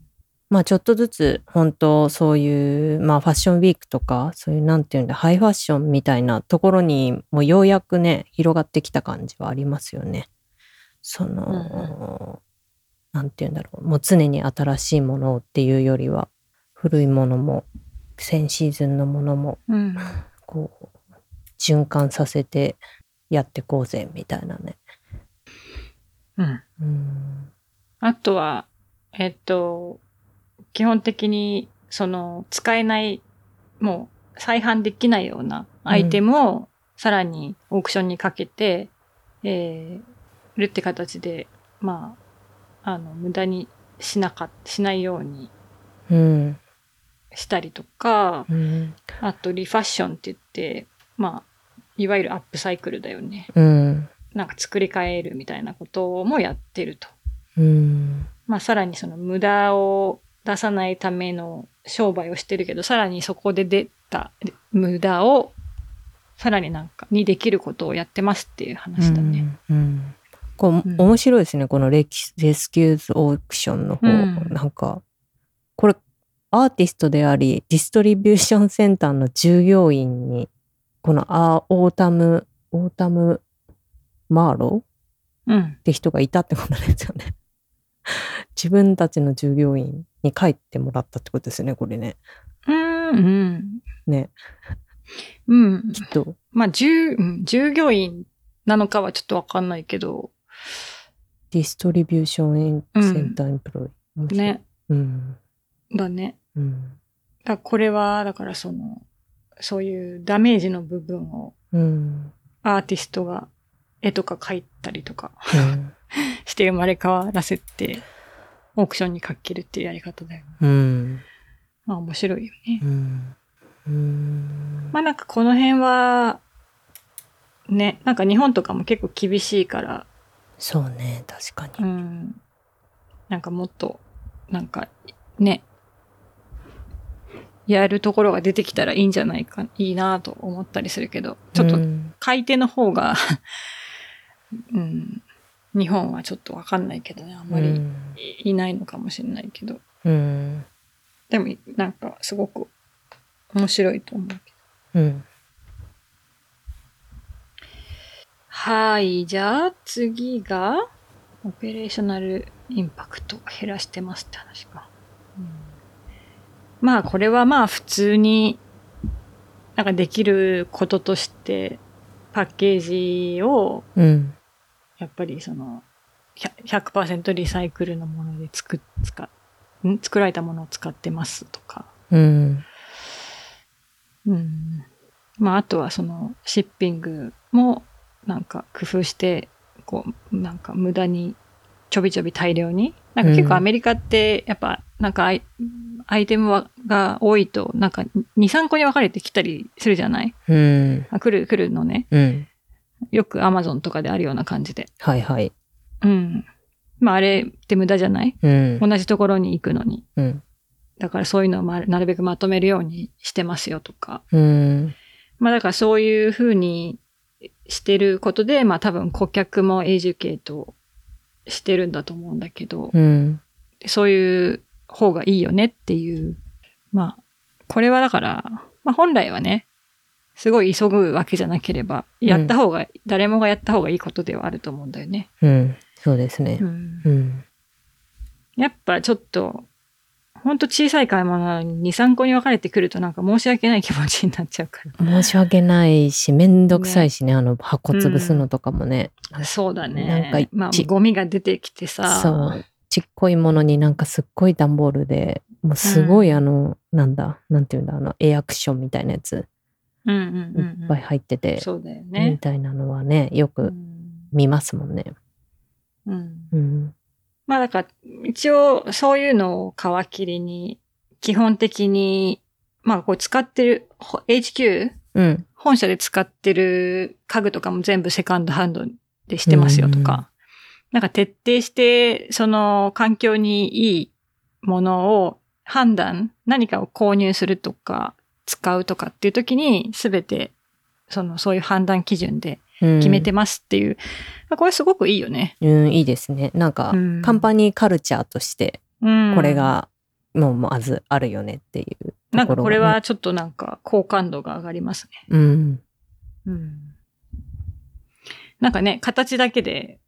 [SPEAKER 2] まあちょっとずつ本当そういう、まあファッションウィークとか、そういうなんていうんだ、ハイファッションみたいなところにもようやくね、広がってきた感じはありますよね。その、なんていうんだろう、もう常に新しいものをっていうよりは、古いものも、先シーズンのものも、
[SPEAKER 1] うん。
[SPEAKER 2] こう、循環させてやってこうぜ、みたいなね。
[SPEAKER 1] うん。
[SPEAKER 2] うん。
[SPEAKER 1] あとは、えっと、基本的に、その、使えない、もう、再販できないようなアイテムを、さらにオークションにかけて、えー、売るって形で、まあ、あの、無駄にしなか、しないように
[SPEAKER 2] うん。
[SPEAKER 1] したりとか、
[SPEAKER 2] うん。
[SPEAKER 1] あと、リファッションって言って、まあ、いわゆるアップサイクルだよね。
[SPEAKER 2] うん。
[SPEAKER 1] なんか作り変えるみたいなこともやってると。
[SPEAKER 2] うん。
[SPEAKER 1] まあ、さらにその無駄を出さないための商売をしてるけど、さらにそこで出た無駄を、さらになんか、にできることをやってますっていう話だね。
[SPEAKER 2] うんうんこう、
[SPEAKER 1] うん
[SPEAKER 2] 面白いですねこのレキレスキューズオークションの方、
[SPEAKER 1] うん
[SPEAKER 2] なんかこれアーティストでありディストリビューションセンターの従業員にこのアーオータムオータムマーロー
[SPEAKER 1] うん
[SPEAKER 2] っ。て人がいたってことですよね 自分たちの従業員に書いてもらったってことですよねこれね
[SPEAKER 1] うん、うん。
[SPEAKER 2] ね
[SPEAKER 1] うん。
[SPEAKER 2] きっと
[SPEAKER 1] まあ、従、うん従業員なのかはちょっとわかんないけど、
[SPEAKER 2] ディストリビューションセンターエンプロイ、面白い
[SPEAKER 1] ね。
[SPEAKER 2] うん
[SPEAKER 1] だね。
[SPEAKER 2] うん
[SPEAKER 1] だからこれは、だからその、そういうダメージの部分を
[SPEAKER 2] うん
[SPEAKER 1] アーティストが絵とか描いたりとか
[SPEAKER 2] うん
[SPEAKER 1] して生まれ変わらせて、オークションにかけるっていうやり方だよね。
[SPEAKER 2] うん。
[SPEAKER 1] まあ面白いよね。
[SPEAKER 2] うん。うん。
[SPEAKER 1] まあなんかこの辺は、ね、なんか日本とかも結構厳しいから、
[SPEAKER 2] そうね、確か
[SPEAKER 1] う
[SPEAKER 2] に。
[SPEAKER 1] ん。なんかもっと、なんか、ね、やるところが出てきたらいいんじゃないか、いいなと思ったりするけど、ちょっ
[SPEAKER 2] う
[SPEAKER 1] と
[SPEAKER 2] ん
[SPEAKER 1] 買い手の方が、うん、日本はちょっとわかんないけどね、あんま
[SPEAKER 2] う
[SPEAKER 1] り
[SPEAKER 2] ん
[SPEAKER 1] いいないのかもしれないけど。
[SPEAKER 2] うん。
[SPEAKER 1] でも、なんか、すごく面白いと思うけど。
[SPEAKER 2] うん。
[SPEAKER 1] はい、じゃあ次が、オペレーショナルインパクトを減らしてますって話か。まあ、これはまあ、普通に、なんかできることとして、パッケージを、
[SPEAKER 2] うん。
[SPEAKER 1] やっぱりその、100% 100%リサイクルのもので作っ、使っ、ん作られたものを使ってますとか。
[SPEAKER 2] うん。
[SPEAKER 1] うん。まあ、あとはその、シッピングも、なんか工夫して、こう、なんか無駄に、ちょびちょび大量に。なんか結
[SPEAKER 2] うん
[SPEAKER 1] 構アメリカって、やっぱ、なんかアイ、アイテムはが多いと、なんか2、3個に分かれてきたりするじゃない
[SPEAKER 2] うん。
[SPEAKER 1] あ来る、来るのね。
[SPEAKER 2] うん。
[SPEAKER 1] よく Amazon とかであるような感じで。
[SPEAKER 2] はいはい。
[SPEAKER 1] うん。まあ、あれって無駄じゃない
[SPEAKER 2] うん。
[SPEAKER 1] 同じところに行くのに。
[SPEAKER 2] うん。
[SPEAKER 1] だからそういうのをまなるべくまとめるようにしてますよとか。
[SPEAKER 2] うん。
[SPEAKER 1] まあだからそういうふうにしてることで、まあ多分顧客もエデュケートしてるんだと思うんだけど、
[SPEAKER 2] うん。
[SPEAKER 1] そういう方がいいよねっていう。まあ、これはだから、まあ本来はね、すごい急ぐわけじゃなければ、
[SPEAKER 2] うん
[SPEAKER 1] やった方が、誰もがやった方がいいことではあると思うんだよね。
[SPEAKER 2] うん。そうですね。うん。
[SPEAKER 1] やっぱちょっと、ほんと小さい買い物なのに2、3個に分かれてくるとなんか申し訳ない気持ちになっちゃうか
[SPEAKER 2] 申し訳ないし、めんどくさいしね、あの箱潰すのとかもね。
[SPEAKER 1] ら。そうだね。
[SPEAKER 2] なんかい
[SPEAKER 1] まあ
[SPEAKER 2] ち、
[SPEAKER 1] ゴミが出てきてさ。
[SPEAKER 2] そう。ちっこいものになんかすっごい段ボールで、もうすごいあの、なんだ、なんていうんだ、あの、エアクションみたいなやつ、
[SPEAKER 1] うんうんうん
[SPEAKER 2] い
[SPEAKER 1] うん、
[SPEAKER 2] っぱい入ってて、
[SPEAKER 1] そうだよ
[SPEAKER 2] み
[SPEAKER 1] ね。
[SPEAKER 2] たいなのはね、よ
[SPEAKER 1] う
[SPEAKER 2] く
[SPEAKER 1] ん
[SPEAKER 2] 見ますもんね。
[SPEAKER 1] うん
[SPEAKER 2] うん。
[SPEAKER 1] まあだから、一応そういうのを皮切りに、基本的に、まあこう使ってる、ほ HQ、
[SPEAKER 2] うん。
[SPEAKER 1] 本社で使ってる家具とかも全部セカンドハンドでしてますよと
[SPEAKER 2] うん
[SPEAKER 1] か、なんか徹底して、その環境にいいものを判断、何かを購入するとか、使うとかっていう時に、すべて、その、そういう判断基準で決
[SPEAKER 2] 決
[SPEAKER 1] めてますっていう、まあこれすごくいいよね。
[SPEAKER 2] うん、いいですね。なんか、
[SPEAKER 1] うん
[SPEAKER 2] カンパニーカルチャーとして、
[SPEAKER 1] うん
[SPEAKER 2] これが、もうまずあるよねっていうところがね、
[SPEAKER 1] なんかこれはちょっとなんか好感度が上がりますね。
[SPEAKER 2] うん。
[SPEAKER 1] うん。なんかね、形だけで、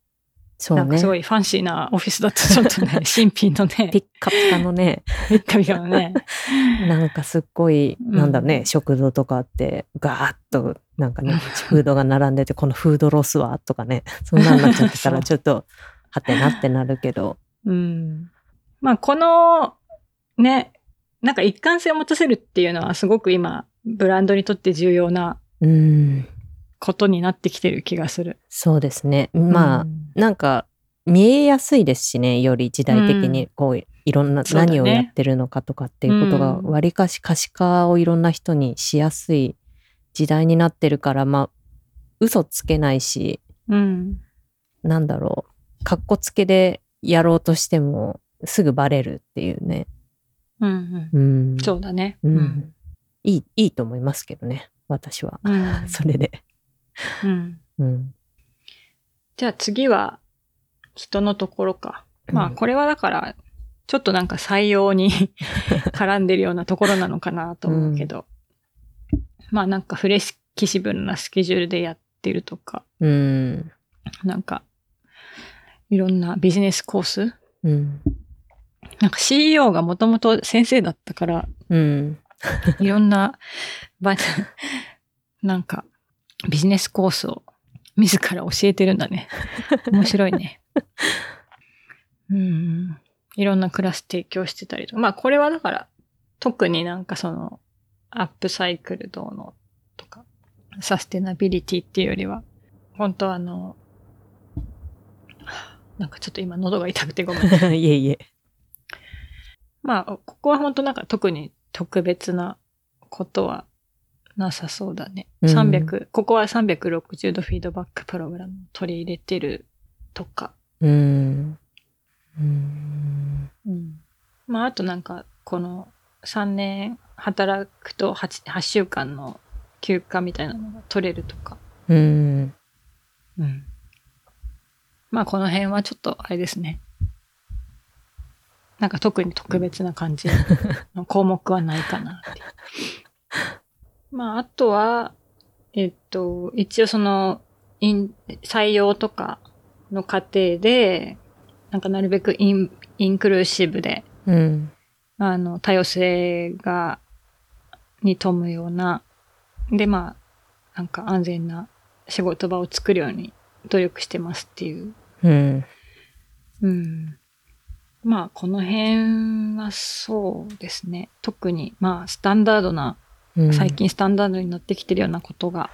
[SPEAKER 2] そ
[SPEAKER 1] な
[SPEAKER 2] うん
[SPEAKER 1] か
[SPEAKER 2] ね
[SPEAKER 1] す。ごいファンシーなオフィスだと ちょっと ね、新品のね、
[SPEAKER 2] ピッカピカのね、
[SPEAKER 1] ピッカピカのね。
[SPEAKER 2] なんかすっごい、
[SPEAKER 1] うん
[SPEAKER 2] なんだね、食堂とかあって、ガーッと、なんかね、フードが並 んでて、このフードロスはとかね、そんなんなっちゃってた
[SPEAKER 1] そう
[SPEAKER 2] ら、ちょっと、はてなってなるけど、
[SPEAKER 1] うん。まあこの、ね、なんか一貫性を持たせるっていうのはすごく今、ブランドにとって重要な
[SPEAKER 2] うん、
[SPEAKER 1] ことになってきてる気がする。
[SPEAKER 2] そうですね。まあ、
[SPEAKER 1] うん
[SPEAKER 2] なんか、見えやすいですしね、より時代的に、こう、いろんな、
[SPEAKER 1] そうだね
[SPEAKER 2] 何をやってるのかとかっていうことが、
[SPEAKER 1] うん
[SPEAKER 2] わりかし可視化をいろんな人にしやすい時代になってるから、まあ、嘘つけないし、
[SPEAKER 1] うん。
[SPEAKER 2] なんだろう、かっこつけでやろうとしても、すぐバレるっていうね。
[SPEAKER 1] うんうん。
[SPEAKER 2] うん。
[SPEAKER 1] そうだね。
[SPEAKER 2] うん。いい、いいと思いますけどね、私は。
[SPEAKER 1] うん。
[SPEAKER 2] それで。
[SPEAKER 1] うん。
[SPEAKER 2] うん。
[SPEAKER 1] じゃあ次は、人のところか。まあこれはだから、ちょっとなんか採用に 絡んでるようなところなのかなと思うけど、まあなんかフレキシブルなスケジュールでやってるとか、
[SPEAKER 2] うん。
[SPEAKER 1] なんか、いろんなビジネスコース
[SPEAKER 2] うん。
[SPEAKER 1] なんか CEO がもともと先生だったから、
[SPEAKER 2] うん。
[SPEAKER 1] いろんな場 なんか、ビジネスコースを自ら教えてるんだね。面白いね。うん。いろんなクラス提供してたりとか。まあこれはだから、特になんかその、アップサイクルどうのとか、サステナビリティっていうよりは、本当あの、なんかちょっと今喉が痛くてごめん。
[SPEAKER 2] いえいえ。
[SPEAKER 1] まあ、ここは本当なんか特に特別なことはなさそうだね。
[SPEAKER 2] うん
[SPEAKER 1] 300、ここは360度フィードバックプログラムを取り入れてるとか。
[SPEAKER 2] うん。うん。
[SPEAKER 1] まあ、あとなんか、この3年働くと 8, 8週間の休暇みたいなのが取れるとか。
[SPEAKER 2] うん。
[SPEAKER 1] まあ、この辺はちょっとあれですね。なんか特に特別な感じの項目はないかなっていう。まあ、あとは、えっと、一応その、イン採用とかの過程で、なんかなるべくインインクルーシブで、
[SPEAKER 2] うん。
[SPEAKER 1] あの、多様性が、に富むような、で、まあ、なんか安全な仕事場を作るように努力してますっていう。
[SPEAKER 2] うん。
[SPEAKER 1] うん。まあ、この辺はそうですね。特に、まあ、スタンダードな、
[SPEAKER 2] うん
[SPEAKER 1] 最。近スタンダードになってきてるようなことが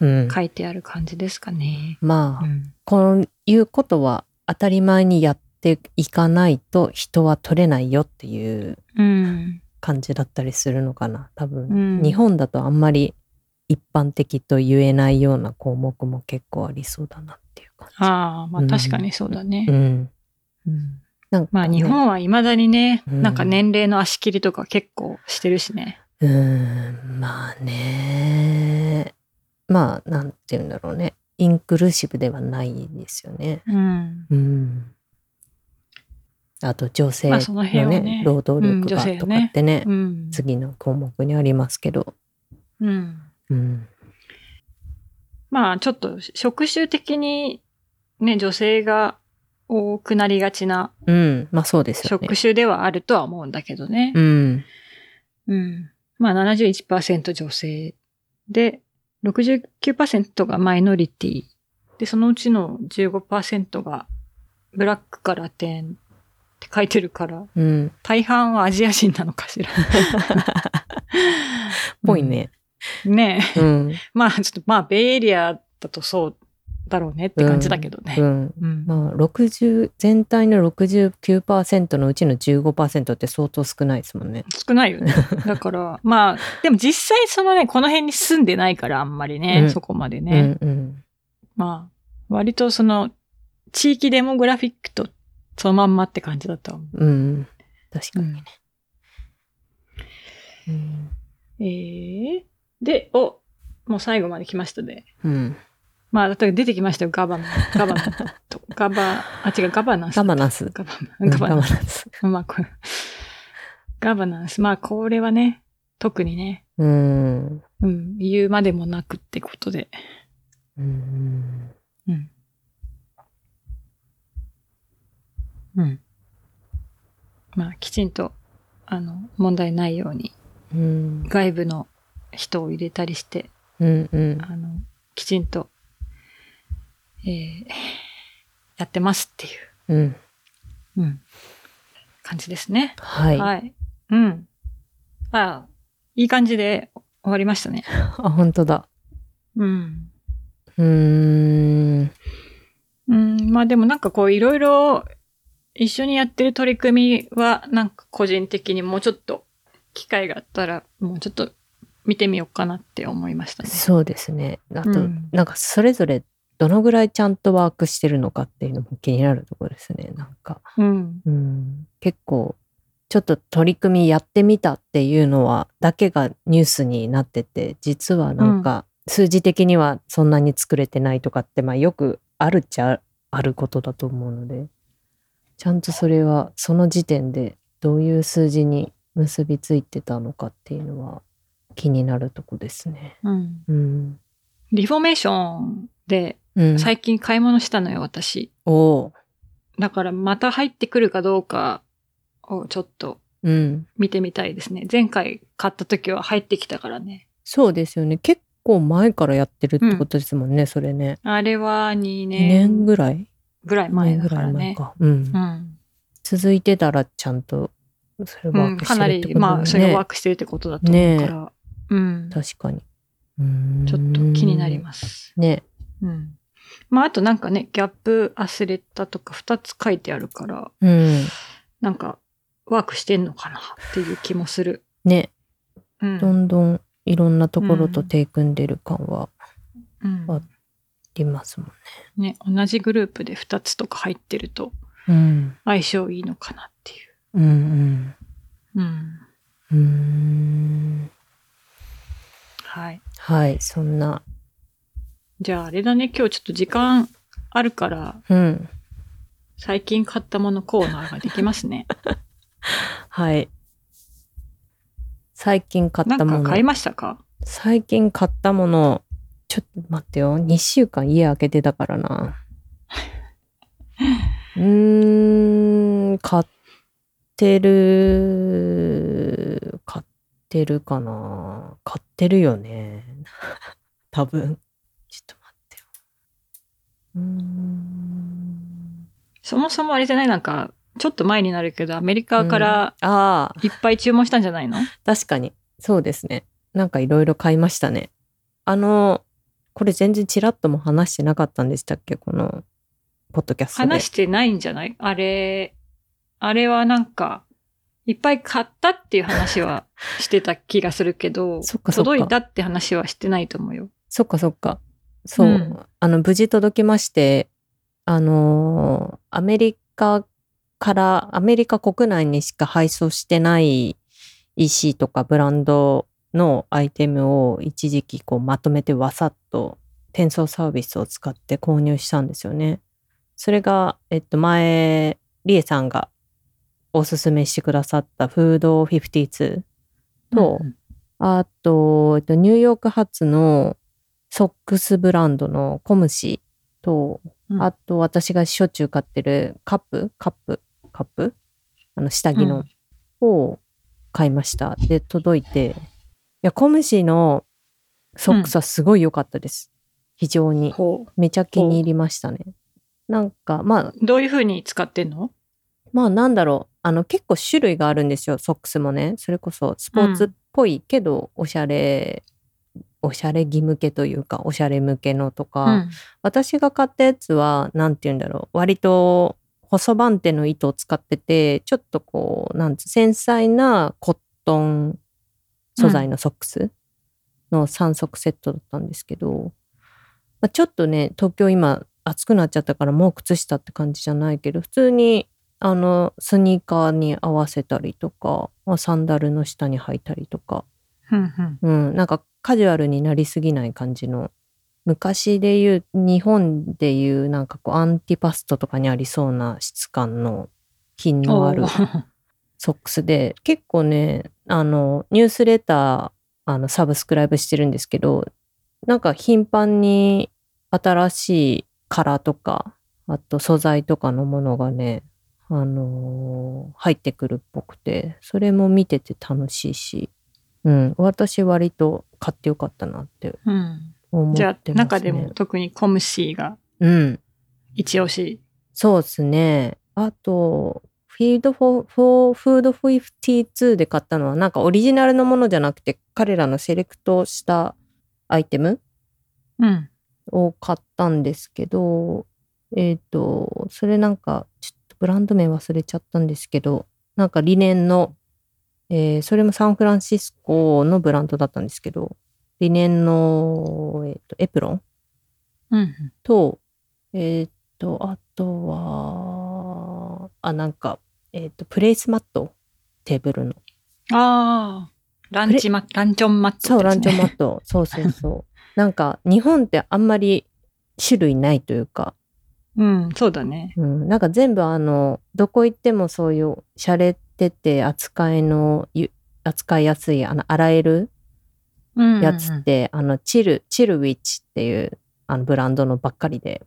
[SPEAKER 2] うん。
[SPEAKER 1] 書いてある感じですかね。
[SPEAKER 2] ま
[SPEAKER 1] う
[SPEAKER 2] あ、
[SPEAKER 1] ん。
[SPEAKER 2] こういうことは当たり前にやっていかないと人は取れないよっていう
[SPEAKER 1] うん。
[SPEAKER 2] 感じだったりするのかな多分、
[SPEAKER 1] うん
[SPEAKER 2] 日本だとあんまり一般的と言えないような項目も結構ありそうだなっていう感
[SPEAKER 1] ああ、まあ確かにそうだね
[SPEAKER 2] じ。う。ん
[SPEAKER 1] うん
[SPEAKER 2] なんか
[SPEAKER 1] まあ日本は未だにね、
[SPEAKER 2] うん
[SPEAKER 1] なんか年齢の足切りとか結構してるしね。
[SPEAKER 2] うーんまあねまあなんて言うんだろうねインクルーシブではないですよね
[SPEAKER 1] うん。
[SPEAKER 2] うんあと女性
[SPEAKER 1] ま
[SPEAKER 2] の
[SPEAKER 1] あその辺はね
[SPEAKER 2] ね、労働
[SPEAKER 1] うん
[SPEAKER 2] 力
[SPEAKER 1] 女
[SPEAKER 2] が
[SPEAKER 1] 性
[SPEAKER 2] と
[SPEAKER 1] よ
[SPEAKER 2] か
[SPEAKER 1] ね
[SPEAKER 2] ってね、
[SPEAKER 1] うん。
[SPEAKER 2] 次の項目にありますけど。
[SPEAKER 1] うん。
[SPEAKER 2] うん。
[SPEAKER 1] まあちょっと職種的にね、女性が多くなりがちな
[SPEAKER 2] うん。まあそうですよね
[SPEAKER 1] 職。種ではあるとは思うんだけどね。
[SPEAKER 2] うん。
[SPEAKER 1] うん。まあ71%女性で、69%がマイノリティ。で、そのうちの15%がブラックからラテンって書いてるから、
[SPEAKER 2] うん。
[SPEAKER 1] 大半はアジア人なのか しら。
[SPEAKER 2] ぽいね。
[SPEAKER 1] うん。ねえ。
[SPEAKER 2] うん。
[SPEAKER 1] まあちょっと、まあベイエリアだとそうだろうねって感じだけどね。
[SPEAKER 2] うん。
[SPEAKER 1] うん
[SPEAKER 2] まあ、60全体の69%のうちの15%って相当少ないですもんね。
[SPEAKER 1] 少ない よね。だから、まあ、でも実際そのね、この辺に住んでないからあんまりね、
[SPEAKER 2] うん
[SPEAKER 1] そこまでね。
[SPEAKER 2] うんうん。
[SPEAKER 1] まあ、割とその、地域デモグラフィックとそのまんまって感じだと思
[SPEAKER 2] うん。確
[SPEAKER 1] う。
[SPEAKER 2] かにね。うん。
[SPEAKER 1] えー、で、お、もう最後まで来ましたね。
[SPEAKER 2] うん、
[SPEAKER 1] まあ、例えば出てきましたよ。ガバナンス、ガバナンス と、ガバ、あ、違う、ガバナンス。
[SPEAKER 2] ガバナンス。
[SPEAKER 1] ガバナ
[SPEAKER 2] う
[SPEAKER 1] ン
[SPEAKER 2] ん
[SPEAKER 1] ス。ガバナンス。
[SPEAKER 2] ナンス。
[SPEAKER 1] まあ、これ。ガバナンス。まあ、これはね、特にね、
[SPEAKER 2] うん。
[SPEAKER 1] うん、言うまでもなくってことで。
[SPEAKER 2] うん。
[SPEAKER 1] うん。うん。まあ、きちんと、あの、問題ないように、
[SPEAKER 2] うん。
[SPEAKER 1] 外部の人を入れたりして、
[SPEAKER 2] うん。うん。
[SPEAKER 1] あの、きちんと、えーやってますってい
[SPEAKER 2] うん。
[SPEAKER 1] う、うん、感じですね。
[SPEAKER 2] はい。
[SPEAKER 1] はい。うん。ああ、いい感じで終わりましたね。
[SPEAKER 2] あ、本当だ。
[SPEAKER 1] うん。
[SPEAKER 2] うーん。
[SPEAKER 1] うん、まあでもなんかこういろいろ一緒にやってる取り組みはなんか個人的にもうちょっと機会があったらもうちょっと見てみようかなって思いましたね。
[SPEAKER 2] そうですね。あと、
[SPEAKER 1] うん
[SPEAKER 2] なんかそれぞれどのぐらいちゃんとワークしてるのかっていうのも気になるところですね。なんか。
[SPEAKER 1] うん。
[SPEAKER 2] うん、結構ちょっと取り組みやってみたっていうのはだけがニュースになってて実はなんか数字的にはそんなに作れてないとかって、まあ、よくあるっちゃあることだと思うのでちゃんとそれはその時点でどういう数字に結びついてたのかっていうのは気になるとこですね。
[SPEAKER 1] うん。
[SPEAKER 2] うん
[SPEAKER 1] リフォーメーションで
[SPEAKER 2] うん、
[SPEAKER 1] 最近買い物したのよ、私。
[SPEAKER 2] おう
[SPEAKER 1] だからまた入ってくるかどうかをちょっと
[SPEAKER 2] うん、
[SPEAKER 1] 見てみたいですね。前回買った時は入ってきたからね。
[SPEAKER 2] そうですよね結構前からやってるってことですもんね、それね。
[SPEAKER 1] あれは2
[SPEAKER 2] 2年
[SPEAKER 1] 年
[SPEAKER 2] ぐらい
[SPEAKER 1] ぐらい前だからね。
[SPEAKER 2] か。うん。
[SPEAKER 1] うん。
[SPEAKER 2] 続いてたらちゃんと、それ
[SPEAKER 1] う
[SPEAKER 2] ワー
[SPEAKER 1] ん、
[SPEAKER 2] ク
[SPEAKER 1] か
[SPEAKER 2] して
[SPEAKER 1] な
[SPEAKER 2] るって
[SPEAKER 1] り、
[SPEAKER 2] ことだ
[SPEAKER 1] ま
[SPEAKER 2] よ
[SPEAKER 1] あ、それがワー
[SPEAKER 2] ね。
[SPEAKER 1] クしてるってことだと思うから、うん、ちょっ
[SPEAKER 2] 確かに。
[SPEAKER 1] と気になります。
[SPEAKER 2] す。ね。
[SPEAKER 1] うん。まあ、あとなんかね、ギャップアスレッタとか2つ書いてあるから、
[SPEAKER 2] うん。
[SPEAKER 1] なんか、ワークしてんのかなっていう気もする。
[SPEAKER 2] ね。
[SPEAKER 1] う
[SPEAKER 2] ど
[SPEAKER 1] ん。
[SPEAKER 2] んどんいろんなところと手組んでる感はあ
[SPEAKER 1] うん
[SPEAKER 2] ありますもんね。
[SPEAKER 1] ね、同じグループで2つとか入ってると
[SPEAKER 2] うん。
[SPEAKER 1] 相性いいのかなってい
[SPEAKER 2] うん
[SPEAKER 1] う。うん。
[SPEAKER 2] うん。うーん。
[SPEAKER 1] はい。
[SPEAKER 2] はい、そんな。
[SPEAKER 1] じゃあ、あれだね、今日ちょっと時間あるから、
[SPEAKER 2] うん。
[SPEAKER 1] 最近買ったものコーナーができますね。
[SPEAKER 2] はい。最近 買っ
[SPEAKER 1] な
[SPEAKER 2] た
[SPEAKER 1] ん
[SPEAKER 2] も
[SPEAKER 1] か
[SPEAKER 2] の
[SPEAKER 1] 買い。ましたか
[SPEAKER 2] 最近買ったもの、ちょっと待ってよ。2週間家開けてたから な。うーん、買ってる、買ってるかな。買ってるよね。 多分。ちょっと待ってよ。うーん。
[SPEAKER 1] そもそもあれじゃないなんか、ちょっと前になるけど、アメリカから
[SPEAKER 2] ああ、
[SPEAKER 1] いっぱい注文したんじゃないの、
[SPEAKER 2] 確かに。そうですね。なんかいろいろ買いましたね。あの、これ全然ちらっとも話してなかったんでしたっけこの、ポッドキャストで。
[SPEAKER 1] 話してないんじゃないあれ、あれはなんか、いっぱい買ったっていう話はしてた気がするけど、
[SPEAKER 2] そっかそっか
[SPEAKER 1] 届いたって話はしてないと思うよ。
[SPEAKER 2] そっかそっか。そう。
[SPEAKER 1] うん
[SPEAKER 2] あの、無事届きまして、あのーアメリカから、アメリカ国内にしか配送してない EC とかブランドのアイテムを一時期こうまとめてわさっと転送サービスを使って購入したんですよね。それが、えっと、前、リエさんがおすすめしてくださったフード52と、
[SPEAKER 1] うん
[SPEAKER 2] あと、えっと、ニューヨーク発のソックスブランドのコムシと、
[SPEAKER 1] うん
[SPEAKER 2] あと私がしょっちゅう買ってるカップカップカップあの下着の、を買いました。で、届いて、いや、コムシのソックスはすごい良かったです。非常に。
[SPEAKER 1] ほ
[SPEAKER 2] めちゃ気に入りましたね。なんか、まあ、
[SPEAKER 1] う。どういう風に使ってんの
[SPEAKER 2] まあなんだろうあの結構種類があるんですよソックスもねそれこそスポーツっぽいけど、おしゃれおしゃれ着向けというかおしゃれ向けのとか、
[SPEAKER 1] うん
[SPEAKER 2] 私が買ったやつは何て言うんだろう割と細番手の糸を使っててちょっとこうなんつ繊細なコットン素材のソックスの3足セットだったんですけど、まあ、ちょっとね東京今暑くなっちゃったからもう靴下って感じじゃないけど普通にあのスニーカーに合わせたりとか、まあ、サンダルの下に履いたりとか
[SPEAKER 1] うんうん
[SPEAKER 2] うん、なんかカジュアルになりすぎない感じの昔でいう日本でいうなんかこうアンティパストとかにありそうな質感の品のある
[SPEAKER 1] おー
[SPEAKER 2] ソックスで結構ねあのニュースレターあのサブスクライブしてるんですけどなんか頻繁に新しい柄とかあと素材とかのものがねあのー入ってくるっぽくてそれも見てて楽しいし、うん、私割と買ってよかったなって
[SPEAKER 1] うん
[SPEAKER 2] 思っ
[SPEAKER 1] じ
[SPEAKER 2] てま
[SPEAKER 1] ゃ
[SPEAKER 2] すね
[SPEAKER 1] あ、中でも特にコムシーが
[SPEAKER 2] うん
[SPEAKER 1] 一押し。
[SPEAKER 2] そうですね。あと、フィードフォー、フォーフード52で買ったのは、なんかオリジナルのものじゃなくて、彼らのセレクトしたアイテム
[SPEAKER 1] うん。
[SPEAKER 2] を買ったんですけど、えっ、と、それなんか、ちょっとブランド名忘れちゃったんですけど、なんかリネンの、えーそれもサンフランシスコのブランドだったんですけど、リネンの、えーとエプロン
[SPEAKER 1] うん。
[SPEAKER 2] と、えーっと、あとは、あ、なんか、えーっと、プレイスマット、テーブルの。
[SPEAKER 1] ああ。ランチマランチョンマッ
[SPEAKER 2] そ
[SPEAKER 1] ト
[SPEAKER 2] う、
[SPEAKER 1] で
[SPEAKER 2] ラ
[SPEAKER 1] す
[SPEAKER 2] ンチョン
[SPEAKER 1] ね。
[SPEAKER 2] マット。 そうそうそう。なんか、日本ってあんまり種類ないというか、
[SPEAKER 1] うん、そうだね。
[SPEAKER 2] うん、なんか全部あの、どこ行ってもそういう、洒落てて扱いの、ゆ扱いやすい、あの、洗える
[SPEAKER 1] うん
[SPEAKER 2] やつって、あの、チル、チルウィッチっていう、あの、ブランドのばっかりで、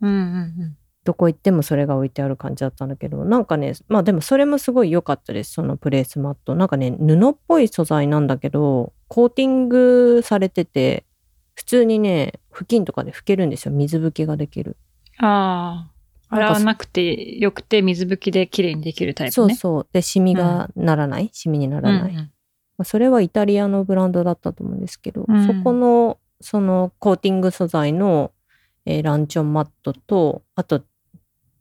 [SPEAKER 1] うんうん
[SPEAKER 2] どこ行ってもそれが置いてある感じだったんだけどなんかねまあでもそれもすごい良かったですそのプレースマットなんかね布っぽい素材なんだけどコーティングされてて普通にね布巾とかで拭けるんですよ水拭きができる、
[SPEAKER 1] うん。ああ。洗わなくてよくて水拭きで綺麗にできるタイプ
[SPEAKER 2] そう
[SPEAKER 1] ね。
[SPEAKER 2] そうでシミがならない、シミにならない、
[SPEAKER 1] うんうん
[SPEAKER 2] まあそれはイタリアのブランドだったと思うんですけど、
[SPEAKER 1] うん
[SPEAKER 2] そこのそのコーティング素材の、えーランチョンマットとあと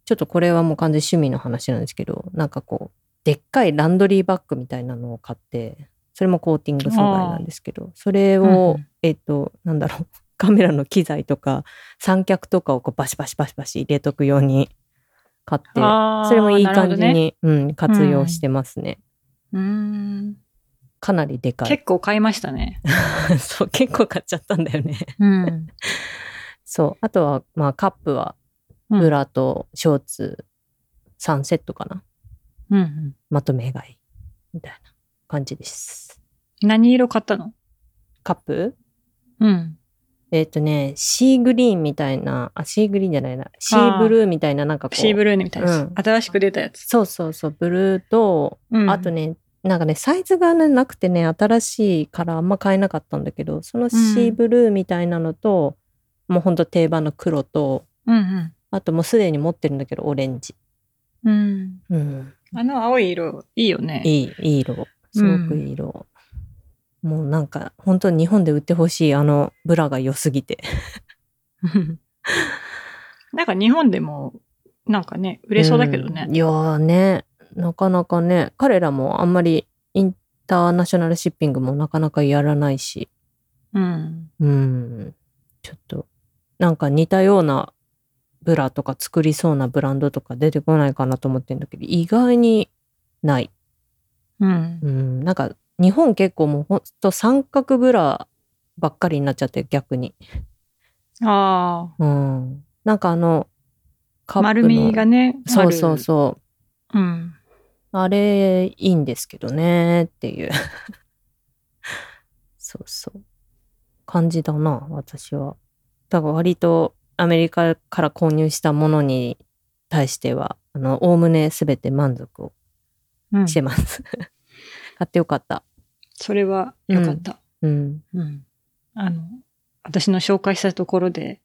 [SPEAKER 2] ちょっとこれはもう完全に趣味の話なんですけどなんかこうでっかいランドリーバッグみたいなのを買ってそれもコーティング素材なんですけどそれを、
[SPEAKER 1] うん
[SPEAKER 2] えっ、となんだろう カメラの機材とか三脚とかをこうバシバシバシバシ入れとくように買って
[SPEAKER 1] あー
[SPEAKER 2] それもいい
[SPEAKER 1] なるほ
[SPEAKER 2] 感
[SPEAKER 1] ど
[SPEAKER 2] じ
[SPEAKER 1] ね
[SPEAKER 2] に、うん、活用してますね。
[SPEAKER 1] うん
[SPEAKER 2] かなりでかい
[SPEAKER 1] 結構買いましたね。
[SPEAKER 2] そう、結構買っちゃったんだよね。
[SPEAKER 1] うん。
[SPEAKER 2] そう。あとは、まあ、カップは、
[SPEAKER 1] うん
[SPEAKER 2] ブラとショーツ3セットかな。
[SPEAKER 1] うんうん
[SPEAKER 2] まとめ買い。みたいな感じです。
[SPEAKER 1] 何色買ったの
[SPEAKER 2] カップ
[SPEAKER 1] うん。
[SPEAKER 2] えっ、とね、シーグリーンみたいな、あ、シーグリーンじゃないな。シーブルーみたいな、なんかこう。
[SPEAKER 1] シーブルーネみたいなやつ、
[SPEAKER 2] うん
[SPEAKER 1] 新しく出たやつ。
[SPEAKER 2] そうそうそう、ブルーと、
[SPEAKER 1] うん
[SPEAKER 2] あとね、なんかね、サイズが、ね、なくてね、新しいからあんま買えなかったんだけど、そのシーブルーみたいなのと、もうほんと定番の黒と、
[SPEAKER 1] うんうん。
[SPEAKER 2] あともうすでに持ってるんだけど、オレンジ。
[SPEAKER 1] うん。
[SPEAKER 2] うん。
[SPEAKER 1] あの青い色、いいよね。
[SPEAKER 2] いい、いい色。すごくいい色。もうなんか、本当に日本で売ってほしい、あの、ブラが良すぎて。
[SPEAKER 1] なんか日本でも、なんかね、売れそうだけどね
[SPEAKER 2] うん。いやーね、なかなかね、彼らもあんまりインターナショナルシッピングもなかなかやらないし、
[SPEAKER 1] うん。
[SPEAKER 2] うん。ちょっと、なんか似たようなブラとか作りそうなブランドとか出てこないかなと思ってんだけど、意外にない。
[SPEAKER 1] うん。
[SPEAKER 2] うん、なんか日本結構もうほんと三角ブラばっかりになっちゃって逆に。
[SPEAKER 1] あ
[SPEAKER 2] うん。なんかあの、カ
[SPEAKER 1] あ、
[SPEAKER 2] ップ
[SPEAKER 1] 丸
[SPEAKER 2] の
[SPEAKER 1] みがね、。
[SPEAKER 2] そうそうそう
[SPEAKER 1] うん。
[SPEAKER 2] う。あれ、いいんですけどね、っていう。 そうそう。感じだな、私は。だから割とアメリカから購入したものに対しては、あの、おおむね全て満足を
[SPEAKER 1] うん
[SPEAKER 2] してます。 買ってよかった。
[SPEAKER 1] それは良かった。
[SPEAKER 2] うん。
[SPEAKER 1] うん。あの、私の紹介したところで、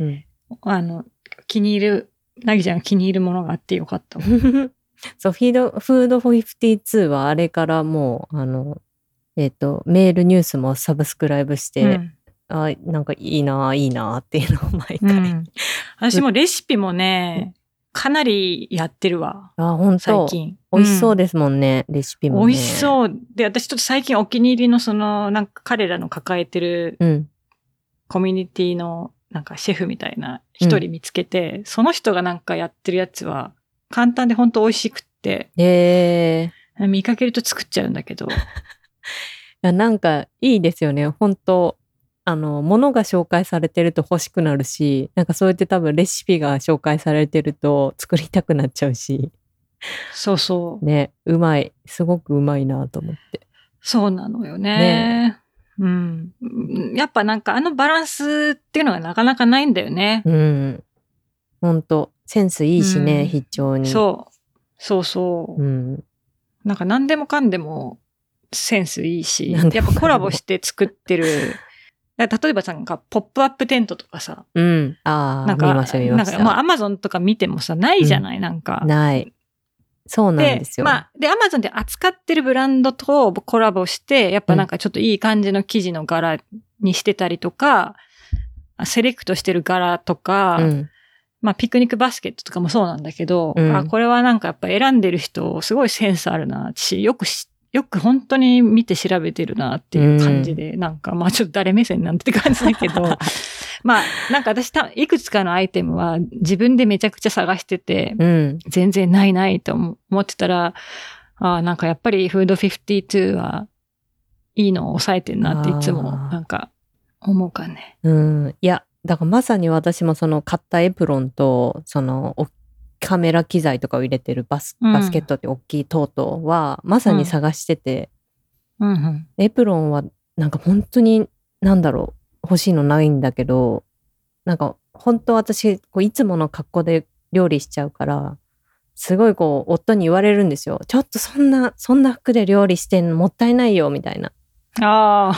[SPEAKER 2] うん。
[SPEAKER 1] あの、気に入る、なぎちゃんが気に入るものがあってよかったわ。
[SPEAKER 2] そう、フィード、フードフォ52はあれからもう、あの、えっ、と、メールニュースもサブスクライブして、
[SPEAKER 1] うん
[SPEAKER 2] あなんかいいなぁいいなぁっていうのを毎
[SPEAKER 1] う
[SPEAKER 2] 回。
[SPEAKER 1] ん私もレシピもね、かなりやってるわ。
[SPEAKER 2] あ、本
[SPEAKER 1] 最
[SPEAKER 2] 当
[SPEAKER 1] 近。
[SPEAKER 2] 美味しそう
[SPEAKER 1] で、
[SPEAKER 2] ですもんね、レシピも、ね。
[SPEAKER 1] 美味しそう。で、私ちょっと最近お気に入りのその、なんか彼らの抱えてる
[SPEAKER 2] う。うん。
[SPEAKER 1] コミュニティのなんかシェフみたいな一人見つけて、その人がなんかやってるやつは簡単で本当美味しくって、
[SPEAKER 2] え
[SPEAKER 1] 見かけると作っちゃうんだ けど。
[SPEAKER 2] ー、なんかいいですよね、本当あの、物が紹介されてると欲しくなるし、なんかそうやって多分レシピが紹介されてると作りたくなっちゃうし、
[SPEAKER 1] そうそう。
[SPEAKER 2] ね、うまい。すごくうまいなぁと思って。
[SPEAKER 1] そうなのよね。
[SPEAKER 2] ね
[SPEAKER 1] うん。やっぱなんかあのバランスっていうのがなかなかないんだよね。
[SPEAKER 2] うん。本当センスいいしね、
[SPEAKER 1] うん
[SPEAKER 2] 非常に。
[SPEAKER 1] そう。そうそうう。
[SPEAKER 2] ん。
[SPEAKER 1] なんか何でもかんでもセンスいいし、や
[SPEAKER 2] 何
[SPEAKER 1] っ
[SPEAKER 2] でもかんで
[SPEAKER 1] ぱ
[SPEAKER 2] も
[SPEAKER 1] コラボして作ってる。例えばさ、なんかポップアップテントとかさ、
[SPEAKER 2] うん。あ
[SPEAKER 1] な
[SPEAKER 2] あ、
[SPEAKER 1] んか、
[SPEAKER 2] 見ました見
[SPEAKER 1] な
[SPEAKER 2] ま
[SPEAKER 1] ん
[SPEAKER 2] し
[SPEAKER 1] かもう
[SPEAKER 2] た。
[SPEAKER 1] アマゾンとか見てもさ、ないじゃない、なんか。
[SPEAKER 2] ない。そうなんですよ。
[SPEAKER 1] まあ、で、アマゾンで扱ってるブランドとコラボして、やっぱなんかちょっといい感じの生地の柄にしてたりとか、セレクトしてる柄とか、
[SPEAKER 2] うん。
[SPEAKER 1] まあピクニックバスケットとかもそうなんだけど、
[SPEAKER 2] うん
[SPEAKER 1] あこれはなんかやっぱ選んでる人、すごいセンスあるなし、よくし、よく本当に見て調べてるなっていう感じで、なんかまあちょっと誰目線なんてって感じだ けど、まあなんか私たいくつかのアイテムは自分でめちゃくちゃ探してて、
[SPEAKER 2] うん。
[SPEAKER 1] 全然ないないと思思ってたら、ああ、なんかやっぱりフード52はいいのを抑えてんなっていつも
[SPEAKER 2] あー
[SPEAKER 1] なんか思うかね。
[SPEAKER 2] うん、いやだからまさに私もその買ったエプロンとそのおカメラ機材とかを入れてるバス
[SPEAKER 1] うん
[SPEAKER 2] バスケットって大きいトートは、まさに探してて、
[SPEAKER 1] うんうん。
[SPEAKER 2] エプロンはなんか本当になんだろう欲しいのないんだけどなんか本当私こういつもの格好で料理しちゃうからすごいこう夫に言われるんですよちょっとそんなそんな服で料理してんのもったいないよみたいな
[SPEAKER 1] ああ。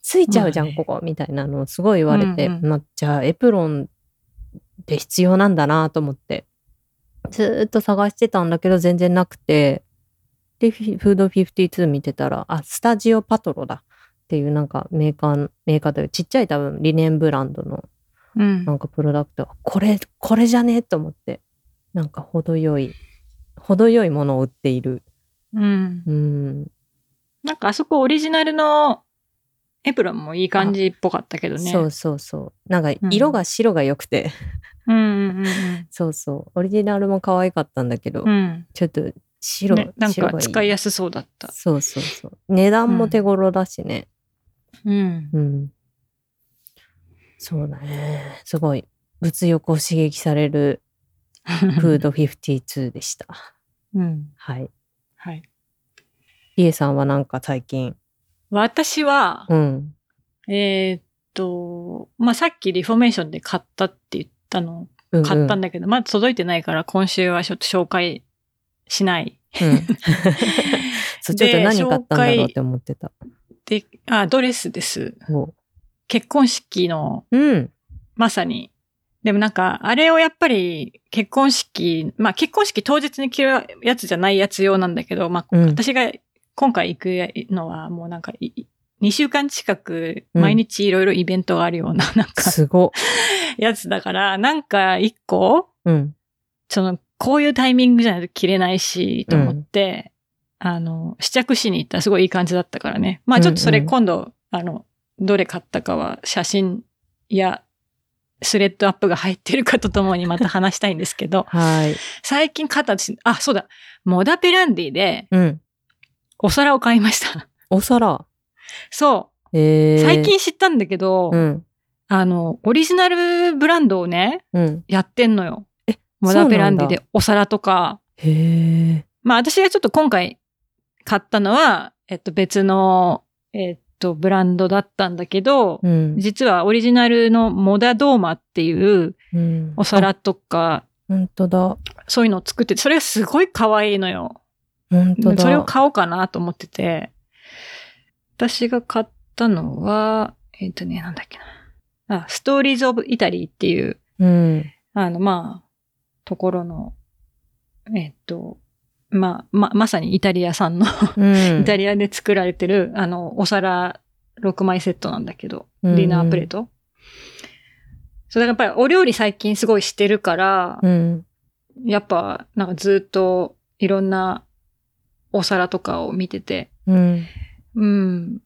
[SPEAKER 2] ついちゃうじゃん、
[SPEAKER 1] まあね
[SPEAKER 2] ここみたいなのをすごい言われて、
[SPEAKER 1] うんう
[SPEAKER 2] まあじゃあエプロンって必要なんだなと思ってずーっと探してたんだけど全然なくてでフィフード52見てたらあスタジオパトロだっていうなんかメーカーメーカーというちっちゃい多分リネンブランドの
[SPEAKER 1] うん
[SPEAKER 2] なんかプロダクトはこれこれじゃねえと思ってなんか程よい程よいものを売っている
[SPEAKER 1] うん。
[SPEAKER 2] うん
[SPEAKER 1] なんかあそこオリジナルのエプロンもいい感じっぽかったけどね。
[SPEAKER 2] そうそうそうなんか色が白が良くて、
[SPEAKER 1] うんうんうん
[SPEAKER 2] そうそう。オリジナルも可愛かったんだけど、
[SPEAKER 1] うん。うん。
[SPEAKER 2] ちょっと白、
[SPEAKER 1] ねなん
[SPEAKER 2] 白
[SPEAKER 1] か
[SPEAKER 2] が
[SPEAKER 1] 使いや
[SPEAKER 2] す
[SPEAKER 1] すそうだった。
[SPEAKER 2] そうそうそう。値段も手頃だしね。
[SPEAKER 1] うん。
[SPEAKER 2] うん。そうだね。すごい。物欲を刺激されるフード52でした。
[SPEAKER 1] うん。
[SPEAKER 2] はい。
[SPEAKER 1] はい。
[SPEAKER 2] リエさんはなんか最近。
[SPEAKER 1] 私は、
[SPEAKER 2] うん。
[SPEAKER 1] えーっと、まあ、さっきリフォメーションで買ったって言ったの、
[SPEAKER 2] うんうん、
[SPEAKER 1] 買ったん
[SPEAKER 2] だ。
[SPEAKER 1] だけど、まだ届いてないから今週はちょっと紹介し ない。
[SPEAKER 2] うん、そうちょっと何買ったんだろうって思ってた。
[SPEAKER 1] で、あ、ドレスです。
[SPEAKER 2] お
[SPEAKER 1] 結婚式の
[SPEAKER 2] うん。
[SPEAKER 1] まさに。でもなんか、あれをやっぱり結婚式、まあ結婚式当日に着るやつじゃないやつ用なんだけど、まあ、
[SPEAKER 2] うん
[SPEAKER 1] 私が今回行くのはもうなんかい、い2週間近く
[SPEAKER 2] うん
[SPEAKER 1] 毎日いろいろイベントがあるようななんか
[SPEAKER 2] すご。
[SPEAKER 1] やつだから、なんか一個、
[SPEAKER 2] うん。
[SPEAKER 1] その、こういうタイミングじゃないと着れないし、と思って、あの、試着しに行ったらすごいいい感じだったからね。まあちょっとそれ
[SPEAKER 2] うんうん
[SPEAKER 1] 今度、あの、どれ買ったかは写真やスレッドアップが入ってるかとともにまた話したいんですけ ど、
[SPEAKER 2] はい。
[SPEAKER 1] 最近買った私、あ、そうだ、モダペランディで
[SPEAKER 2] うん。
[SPEAKER 1] お皿を買いました。
[SPEAKER 2] お皿。
[SPEAKER 1] そ
[SPEAKER 2] え
[SPEAKER 1] う。
[SPEAKER 2] ー、
[SPEAKER 1] 最近知ったんだけど、
[SPEAKER 2] うん。
[SPEAKER 1] あの、オリジナルブランドをね、
[SPEAKER 2] うん。
[SPEAKER 1] やってんのよ。
[SPEAKER 2] え
[SPEAKER 1] モダペランディ
[SPEAKER 2] そうなん
[SPEAKER 1] でお皿とか、
[SPEAKER 2] へえ。
[SPEAKER 1] まあ私がちょっと今回買ったのは、えっと別の、えっとブランドだったんだけど、
[SPEAKER 2] うん。
[SPEAKER 1] 実はオリジナルのモダドーマっていう
[SPEAKER 2] うん
[SPEAKER 1] お皿とか、
[SPEAKER 2] 本当だ。
[SPEAKER 1] そういうのを作ってて、それがすごい可愛いのよ。
[SPEAKER 2] 本当だ。
[SPEAKER 1] それを買おうかなと思ってて、私が買ったのは、えっ、とね、なんだっけな。あ、ストーリーズ・オブ・イタリーっていう、
[SPEAKER 2] うん。
[SPEAKER 1] あの、まあ、ところの、えっ、と、まあ、ま、まさにイタリア産の、
[SPEAKER 2] うん。
[SPEAKER 1] イタリアで作られてる、あの、お皿6枚セットなんだけど、
[SPEAKER 2] うん
[SPEAKER 1] ディナープレート。そう、だからやっぱりお料理最近すごいしてるから、
[SPEAKER 2] うん。
[SPEAKER 1] やっぱ、なんかずっといろんなお皿とかを見てて、
[SPEAKER 2] うん。
[SPEAKER 1] うん。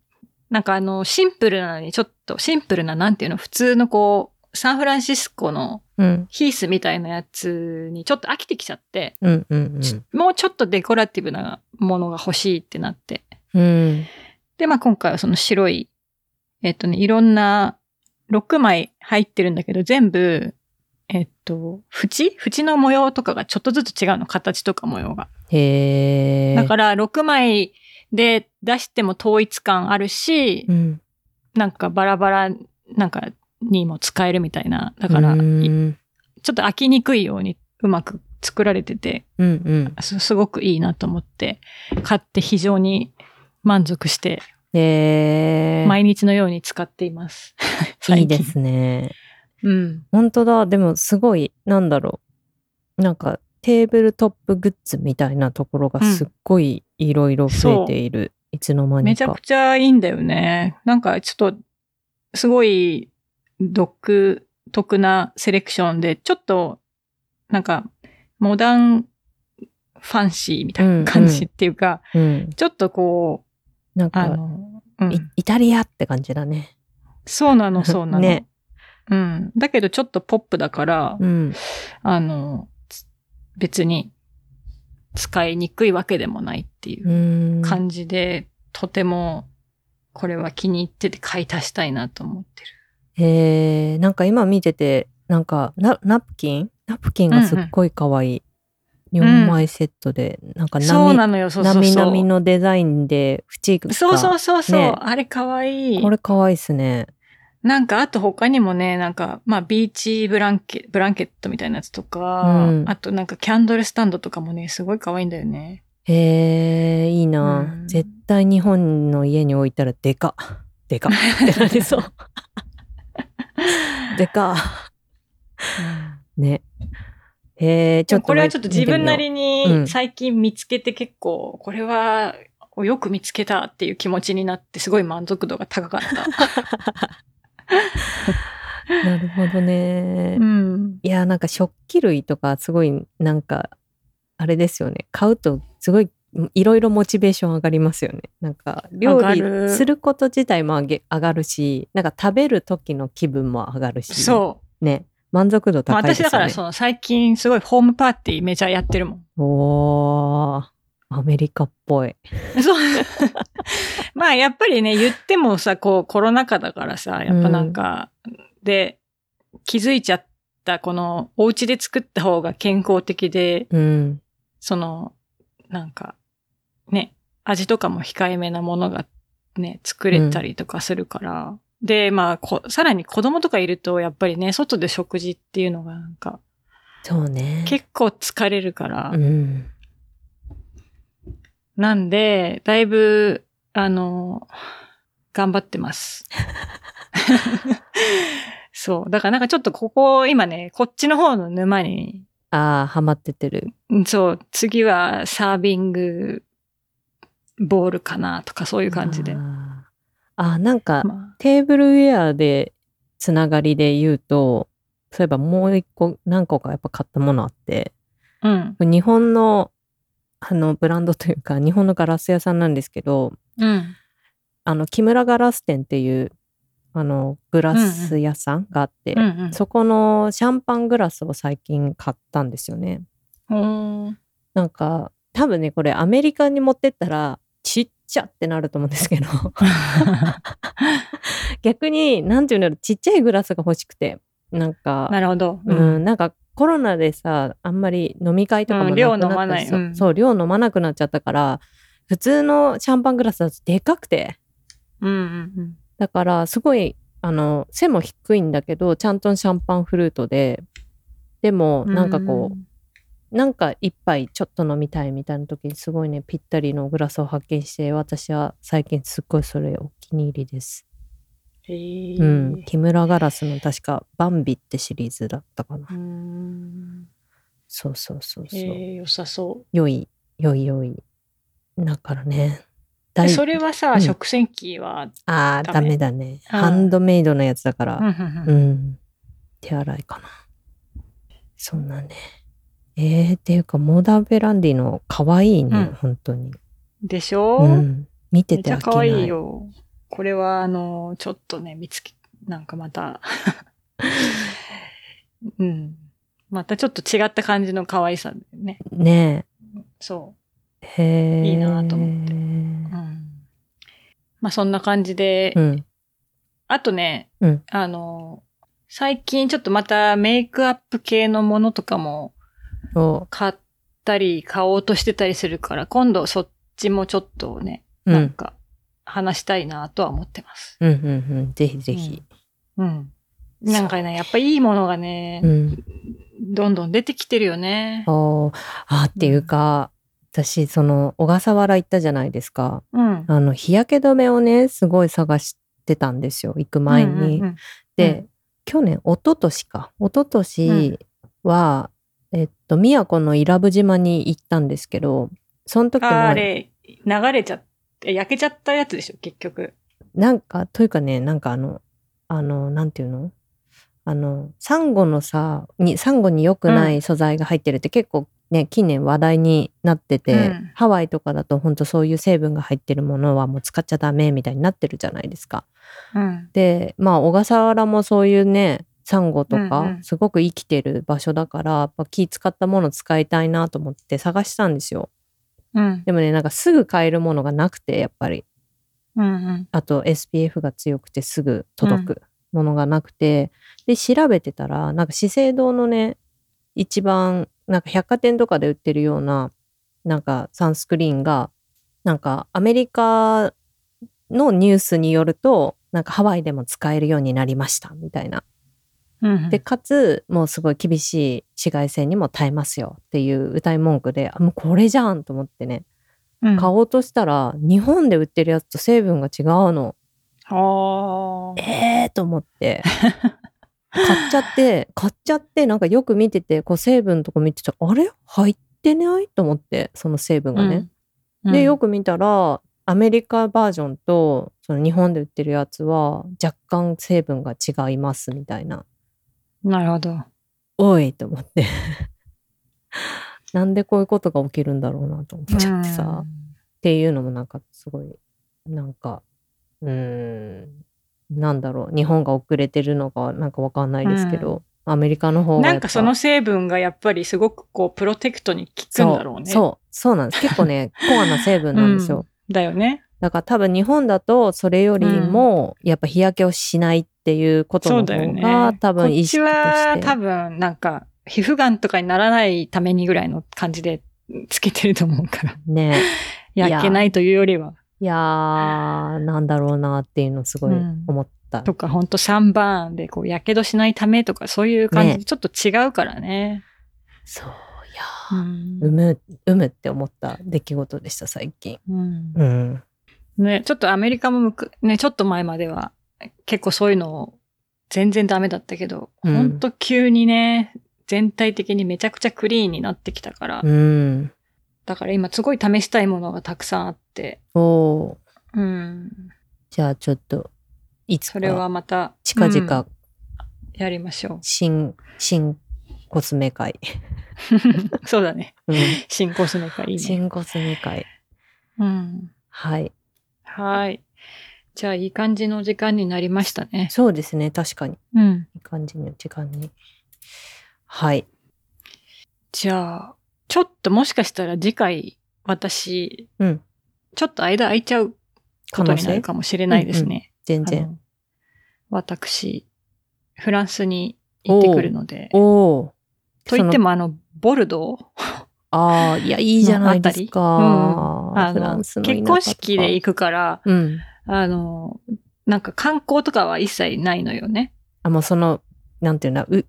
[SPEAKER 1] なんかあの、シンプルなのに、ちょっとシンプルな、なんていうの、普通のこう、サンフランシスコの
[SPEAKER 2] うん。
[SPEAKER 1] ヒースみたいなやつにちょっと飽きてきちゃって、
[SPEAKER 2] うん。うん。
[SPEAKER 1] ちもうちょっとデコラティブなものが欲しいってなって。
[SPEAKER 2] うん。
[SPEAKER 1] で、まあ今回はその白い、えっとね、いろんな6枚入ってるんだけど、全部、えっと、縁縁の模様とかがちょっとずつ違うの、形とか模様が。
[SPEAKER 2] へえ。
[SPEAKER 1] だから6枚で出しても統一感あるし、
[SPEAKER 2] うん。
[SPEAKER 1] なんかバラバラなんかにも使えるみたいな。だから、
[SPEAKER 2] う
[SPEAKER 1] いちょ
[SPEAKER 2] ん。
[SPEAKER 1] っと飽きにくいようにうまく作られてて、
[SPEAKER 2] うん。うん。
[SPEAKER 1] すすごくいいなと思って、買って非常に満足して、
[SPEAKER 2] へえ。
[SPEAKER 1] 毎日のように使っています。
[SPEAKER 2] い
[SPEAKER 1] 最
[SPEAKER 2] いで
[SPEAKER 1] 近。
[SPEAKER 2] すね。
[SPEAKER 1] うん。
[SPEAKER 2] 本当だ。でも、すごい、なんだろう。なんか、テーブルトップグッズみたいなところがすっごいいろいろ増えている。いつの間
[SPEAKER 1] め
[SPEAKER 2] に
[SPEAKER 1] ちゃ
[SPEAKER 2] か
[SPEAKER 1] く。ちゃいいんだよね。なんかちょっと、すごい独特なセレクションで、ちょっと、なんか、モダンファンシーみたいな感
[SPEAKER 2] うんう
[SPEAKER 1] じっていうか、
[SPEAKER 2] うん。
[SPEAKER 1] ちょっとこう、
[SPEAKER 2] なん
[SPEAKER 1] あ
[SPEAKER 2] か、
[SPEAKER 1] の、うん
[SPEAKER 2] いイタリアって感じだね。
[SPEAKER 1] そうなの、そうなの。
[SPEAKER 2] ね
[SPEAKER 1] うん。だけどちょっとポップだから、
[SPEAKER 2] うん。
[SPEAKER 1] あの、つ別に使いにくいわけでもないっていうう
[SPEAKER 2] ーん。
[SPEAKER 1] 感じで、とてもこれは気に入ってて買い足したいなと思ってる。
[SPEAKER 2] へえ、なんか今見てて、なんかナナプキンナプキンがすっごい可愛い。
[SPEAKER 1] ん
[SPEAKER 2] 4枚セットで、なんか
[SPEAKER 1] そう
[SPEAKER 2] 波、
[SPEAKER 1] なのよ、そうそう
[SPEAKER 2] 波
[SPEAKER 1] そう。
[SPEAKER 2] 々のデザインで、縁が。
[SPEAKER 1] そうそうそうそう、
[SPEAKER 2] ね
[SPEAKER 1] あれかわいい
[SPEAKER 2] こ。れ可愛いっすね。
[SPEAKER 1] なんか、あと他にもね、なんか、まあ、ビーチブランケブランケットみたいなやつとか、
[SPEAKER 2] うん
[SPEAKER 1] あとなんかキャンドルスタンドとかもね、すごい可愛いんだよね。
[SPEAKER 2] へえ、いいな、
[SPEAKER 1] うん
[SPEAKER 2] 絶対日本の家に置いたらでかっ。でかっってなりそう。でかっ。ね。へえ、ち
[SPEAKER 1] ち
[SPEAKER 2] ょ
[SPEAKER 1] ょ
[SPEAKER 2] っと。
[SPEAKER 1] これはちょっと自分なり
[SPEAKER 2] 見てみようう
[SPEAKER 1] に
[SPEAKER 2] ん
[SPEAKER 1] 最近見つけて結構、これはよく見つけたっていう気持ちになってすごい満足度が高かっ た。
[SPEAKER 2] なるほどね。
[SPEAKER 1] うん。
[SPEAKER 2] いや、なんか食器類とかすごい、なんか、あれですよね。買うとすごい、いろいろモチベーション上がりますよね。なんか、料
[SPEAKER 1] 上が
[SPEAKER 2] 理
[SPEAKER 1] る
[SPEAKER 2] すること自体も上げ上がるし、なんか食べる時の気分も上がるし、。
[SPEAKER 1] そう
[SPEAKER 2] ね。満足度
[SPEAKER 1] う。まあ
[SPEAKER 2] 高いで
[SPEAKER 1] 私
[SPEAKER 2] すよね。
[SPEAKER 1] だからその最近すごいホームパーティーめちゃやってるも ん。
[SPEAKER 2] おー、アメリカっぽい。
[SPEAKER 1] そう。まあやっぱりね、言ってもさ、こうコロナ禍だからさ、やっぱなんか、で、気づいちゃったこのお家で作った方が健康的で、
[SPEAKER 2] うん。
[SPEAKER 1] その、なんか、ね、味とかも控えめなものがね、作れたりとかするから。で、まあこ、さらに子供とかいると、やっぱりね、外で食事っていうのがなんか、
[SPEAKER 2] そうね。
[SPEAKER 1] 結構疲れるから。
[SPEAKER 2] うん。
[SPEAKER 1] なんで、だいぶ、あの、頑張って ます。そう。だからなんかちょっとここ、今ね、こっちの方の沼に
[SPEAKER 2] ああ、ハマっててる。
[SPEAKER 1] うんそう、次はサービングボールかなとかそういう感じで。
[SPEAKER 2] あ
[SPEAKER 1] ま
[SPEAKER 2] ーあー、なんか、
[SPEAKER 1] あ
[SPEAKER 2] テーブルウェアでつながりで言うと、そういえばもう一個何個かやっぱ買ったものあって、
[SPEAKER 1] うん。
[SPEAKER 2] 日本のあのブランドというか日本のガラス屋さんなんですけど、
[SPEAKER 1] うん。
[SPEAKER 2] あの木村ガラス店っていうあのグラス屋さんがあって、
[SPEAKER 1] うんうん
[SPEAKER 2] そこのシャンパングラスを最近買ったんですよね。
[SPEAKER 1] おー
[SPEAKER 2] なんか多分ねこれアメリカに持ってったらちっちゃってなると思うんですけど 逆に何ていうんだろうちっちゃいグラスが欲しくてなんか
[SPEAKER 1] なるほど。
[SPEAKER 2] うん、なんかコロナでさあんまり飲み会とか
[SPEAKER 1] うん
[SPEAKER 2] もなくなったし
[SPEAKER 1] 量飲まない
[SPEAKER 2] そう
[SPEAKER 1] うん
[SPEAKER 2] そう量飲まなくなっちゃったから普通のシャンパングラスだとでかくて
[SPEAKER 1] うんうんうん。
[SPEAKER 2] だからすごいあの背も低いんだけどちゃんとシャンパンフルートででもなんかこう、なんか一杯ちょっと飲みたいみたいな時にすごいねぴったりのグラスを発見して私は最近すっごいそれお気に入りです、
[SPEAKER 1] へえ
[SPEAKER 2] うん木村ガラスの確か「バンビ」ってシリーズだったかな
[SPEAKER 1] うん。
[SPEAKER 2] そうそうそうそう、
[SPEAKER 1] へえ良さそう。
[SPEAKER 2] 良い良い良いだからね
[SPEAKER 1] え
[SPEAKER 2] 大
[SPEAKER 1] それはさ、
[SPEAKER 2] うん
[SPEAKER 1] 食洗機は、
[SPEAKER 2] あー
[SPEAKER 1] ダ
[SPEAKER 2] ダ
[SPEAKER 1] メ
[SPEAKER 2] メだね
[SPEAKER 1] あー
[SPEAKER 2] ハンドメイドのやつだから
[SPEAKER 1] う
[SPEAKER 2] うんん。手洗いかな。そんなね。えー、っていうか、モーダンベランディの可愛いね、
[SPEAKER 1] うん
[SPEAKER 2] 本当に。
[SPEAKER 1] でしょ、
[SPEAKER 2] うん。見て
[SPEAKER 1] めってちゃ
[SPEAKER 2] 飽き
[SPEAKER 1] 可
[SPEAKER 2] ない。
[SPEAKER 1] 愛いよ。これは、あの、ちょっとね、見つけ、なんかまた、うん。またちょっと違った感じの可愛さだよね。
[SPEAKER 2] ね
[SPEAKER 1] そ
[SPEAKER 2] え。へー
[SPEAKER 1] いいなと思ってう。うん。まあ、そんな感じで、
[SPEAKER 2] うん。
[SPEAKER 1] あとね、
[SPEAKER 2] うん
[SPEAKER 1] あの、最近ちょっとまたメイクアップ系のものとかも
[SPEAKER 2] そ
[SPEAKER 1] 買ったり買おうとしてたりするから、今度そっちもちょっとね、
[SPEAKER 2] う。う
[SPEAKER 1] なん
[SPEAKER 2] ん。
[SPEAKER 1] か話したいなとは思ってます。
[SPEAKER 2] うんうんうん。ぜひぜひ。
[SPEAKER 1] うん。なんかね、やっぱいいものがね
[SPEAKER 2] う、ん。
[SPEAKER 1] どんどん出てきてるよね。
[SPEAKER 2] おーあーっていうか、私、その、小笠原行ったじゃないですか。
[SPEAKER 1] うん。
[SPEAKER 2] あの、日焼け止めをね、すごい探してたんですよ。行く前に。
[SPEAKER 1] うんうんうん
[SPEAKER 2] で、
[SPEAKER 1] うん
[SPEAKER 2] 去年一昨年か一昨
[SPEAKER 1] うん
[SPEAKER 2] 年は、えっと宮古の伊良部島に行ったんですけどその時
[SPEAKER 1] あ
[SPEAKER 2] も
[SPEAKER 1] れ、流れちゃって、焼けちゃったやつでしょ、結局。
[SPEAKER 2] なんかというかねなんかあのあのなんていうのあのサンゴのさにサンゴに良くな
[SPEAKER 1] う
[SPEAKER 2] い素材が入ってるって結構ね近年話題になってて、
[SPEAKER 1] うん
[SPEAKER 2] ハワイとかだと本当そういう成分が入ってるものはもう使っちゃダメみたいになってるじゃないですか。
[SPEAKER 1] うん。
[SPEAKER 2] でまあ小笠原もそういうねサンゴと
[SPEAKER 1] うん
[SPEAKER 2] か
[SPEAKER 1] うん
[SPEAKER 2] すごく生きてる場所だから、やっぱ気使ったもの使いたいなと思って探したんですよ
[SPEAKER 1] うん。
[SPEAKER 2] でもねなんかすぐ買えるものがなくてやっぱり
[SPEAKER 1] うんうん。
[SPEAKER 2] あと SPF が強くてすぐ届くものがなくて、で調べてたらなんか資生堂のね一番なんか百貨店とかで売ってるようななんかサンスクリーンがなんかアメリカのニュースによるとなんかハワイでも使えるようになりましたみたいな。
[SPEAKER 1] うん。
[SPEAKER 2] でかつもうすごい厳しい紫外線にも耐えますよっていう歌い文句であもうこれじゃんと思ってね
[SPEAKER 1] うん、
[SPEAKER 2] 買おうとしたら日本で売ってるやつと成分が違うの。
[SPEAKER 1] あー
[SPEAKER 2] えーと思って。買っちゃって、買っちゃって、なんかよく見てて、こう成分とか見てたら、あれ入ってないと思って、その成分がね。
[SPEAKER 1] うん
[SPEAKER 2] で、よく見たら、アメリカバージョンと、その日本で売ってるやつは、若干成分が違いますみたいな。
[SPEAKER 1] うんなるほど。
[SPEAKER 2] おいと 思って。なんでこういうことが起きるんだろうなと思っちゃってさ。っていうのもなんかすごいなんかうーんなんだろう日本が遅れてるのかなんかわかんないですけど、アメリカの
[SPEAKER 1] う
[SPEAKER 2] 方
[SPEAKER 1] ん。
[SPEAKER 2] が
[SPEAKER 1] な
[SPEAKER 2] やっぱ
[SPEAKER 1] んかその成分がやっぱりすごくこう、プロテクトに効くんだろうね。
[SPEAKER 2] そうそうそうなんです結構 ねコアな成分なんですよ、
[SPEAKER 1] だよね。
[SPEAKER 2] だから多分日本だとそれよりもやっぱ日焼けをしないっていうこと
[SPEAKER 1] そう
[SPEAKER 2] の
[SPEAKER 1] だよ
[SPEAKER 2] 方
[SPEAKER 1] ね。
[SPEAKER 2] が多分意識と
[SPEAKER 1] こっちは
[SPEAKER 2] して
[SPEAKER 1] 多分なんか皮膚がんとかにならないためにぐらいの感じでつけてると思うから。
[SPEAKER 2] ねいや
[SPEAKER 1] 焼けないというよりは。
[SPEAKER 2] いやーなんだろうなっていうのすごい
[SPEAKER 1] うん
[SPEAKER 2] 思った、
[SPEAKER 1] とかほんとサンバーンでこうやけどしないためとかそういう感じで
[SPEAKER 2] ね
[SPEAKER 1] ちょっと違うからね。
[SPEAKER 2] そういや
[SPEAKER 1] う
[SPEAKER 2] ー
[SPEAKER 1] ん
[SPEAKER 2] うむうむって思った出来事でした最近
[SPEAKER 1] うん
[SPEAKER 2] うん
[SPEAKER 1] ね、ちょっとアメリカもむく、ね、ちょっと前までは結構そういうのを全然ダメだったけど、
[SPEAKER 2] うん
[SPEAKER 1] ほんと急にね、全体的にめちゃくちゃクリーンになってきたから、
[SPEAKER 2] うん。
[SPEAKER 1] だから今すごい試したいものがたくさんあって、
[SPEAKER 2] おおー。
[SPEAKER 1] うん、
[SPEAKER 2] じゃあちょっと、いつ
[SPEAKER 1] そ
[SPEAKER 2] か
[SPEAKER 1] れはまた、
[SPEAKER 2] 近
[SPEAKER 1] うん
[SPEAKER 2] 々
[SPEAKER 1] やりましょ
[SPEAKER 2] 新、新コスメ会。
[SPEAKER 1] う。そうだね。
[SPEAKER 2] うん
[SPEAKER 1] 新コスメかいいね。
[SPEAKER 2] 新コスメ会。
[SPEAKER 1] うん。
[SPEAKER 2] はい。
[SPEAKER 1] はい。じゃあいい感じの時間になりましたね。
[SPEAKER 2] そうですね。確かに。
[SPEAKER 1] うん。
[SPEAKER 2] いい感じの時間に。はい。
[SPEAKER 1] じゃあ、ちょっともしかしたら次回、私、
[SPEAKER 2] うん。
[SPEAKER 1] ちょっと間空いちゃうことになるかもしれないですね。
[SPEAKER 2] 全
[SPEAKER 1] あ
[SPEAKER 2] 然。
[SPEAKER 1] の私、フランスに行ってくるので、
[SPEAKER 2] おお。
[SPEAKER 1] と言っても、あの、ボルドー
[SPEAKER 2] ああ、いや、いいじゃないですか。
[SPEAKER 1] のあ
[SPEAKER 2] フ
[SPEAKER 1] の
[SPEAKER 2] ランスの田舎
[SPEAKER 1] 結婚式で行くから、
[SPEAKER 2] く。うん。
[SPEAKER 1] あの、なんか観光とかは一切ないのよね。
[SPEAKER 2] あ、もうその、なんていうんだ、う、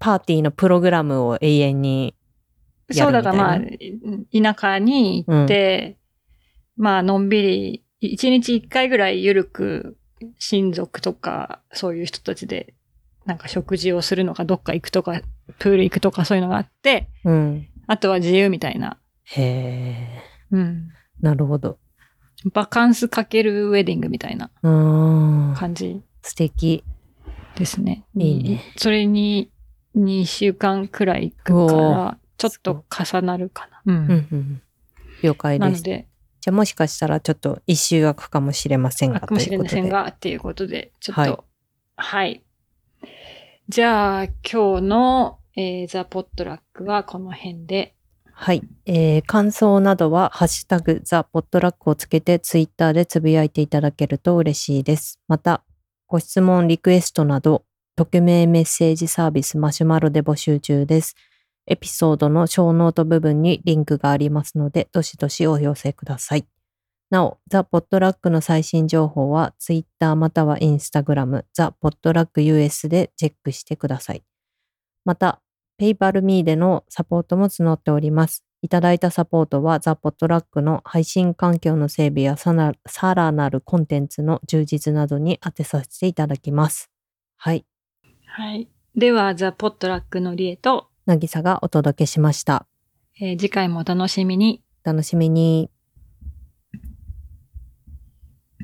[SPEAKER 2] パーティーのプログラムを永遠に。や
[SPEAKER 1] そう
[SPEAKER 2] るみた
[SPEAKER 1] だ
[SPEAKER 2] いな
[SPEAKER 1] からまあ、田舎に行って、まあ、のんびり、一日一回ぐらいゆるく、親族とか、そういう人たちで、なんか食事をするのか、どっか行くとか、プール行くとか、そういうのがあって、
[SPEAKER 2] うん。
[SPEAKER 1] あとは自由みたいな。
[SPEAKER 2] へえ、
[SPEAKER 1] うん。
[SPEAKER 2] なるほど。
[SPEAKER 1] バカンスかけるウェディングみたいな
[SPEAKER 2] うーん。
[SPEAKER 1] 感じ
[SPEAKER 2] 素敵。
[SPEAKER 1] ですね。
[SPEAKER 2] いいね
[SPEAKER 1] それに、2週間くらい行くか
[SPEAKER 2] う
[SPEAKER 1] ら、ちょっと重なるかな。う。
[SPEAKER 2] うんんうん。了解
[SPEAKER 1] な
[SPEAKER 2] で
[SPEAKER 1] の
[SPEAKER 2] す。
[SPEAKER 1] で、
[SPEAKER 2] じゃあもしかしたらちょっと一周空くかもしれませんが。
[SPEAKER 1] あかもしれませんが、っていうことで、ちょっと、はい。じゃあ、今日の、えーザ・ポットラックはこの辺で、
[SPEAKER 2] はい、えー感想などは「ハッシュタグザ・ポットラック」をつけてツイッターでつぶやいていただけると嬉しいです。また、ご質問、リクエストなど、匿名メッセージサービスマシュマロで募集中です。エピソードの小ノート部分にリンクがありますので、どしどしお寄せください。なお、ザ・ポットラックの最新情報は、ツイッターまたはインスタグラム、ザ・ポットラック US でチェックしてください。また、ペイパルミーでのサポートも募っております。いただいたサポートは、ザ・ポットラックの配信環境の整備やさなさらなるコンテンツの充実などに当てさせていただきます。はい。
[SPEAKER 1] はい。では、ザ・ポットラックのりえと、
[SPEAKER 2] なぎさがお届けしました。
[SPEAKER 1] えー次回もお楽しみに。
[SPEAKER 2] 楽しみに。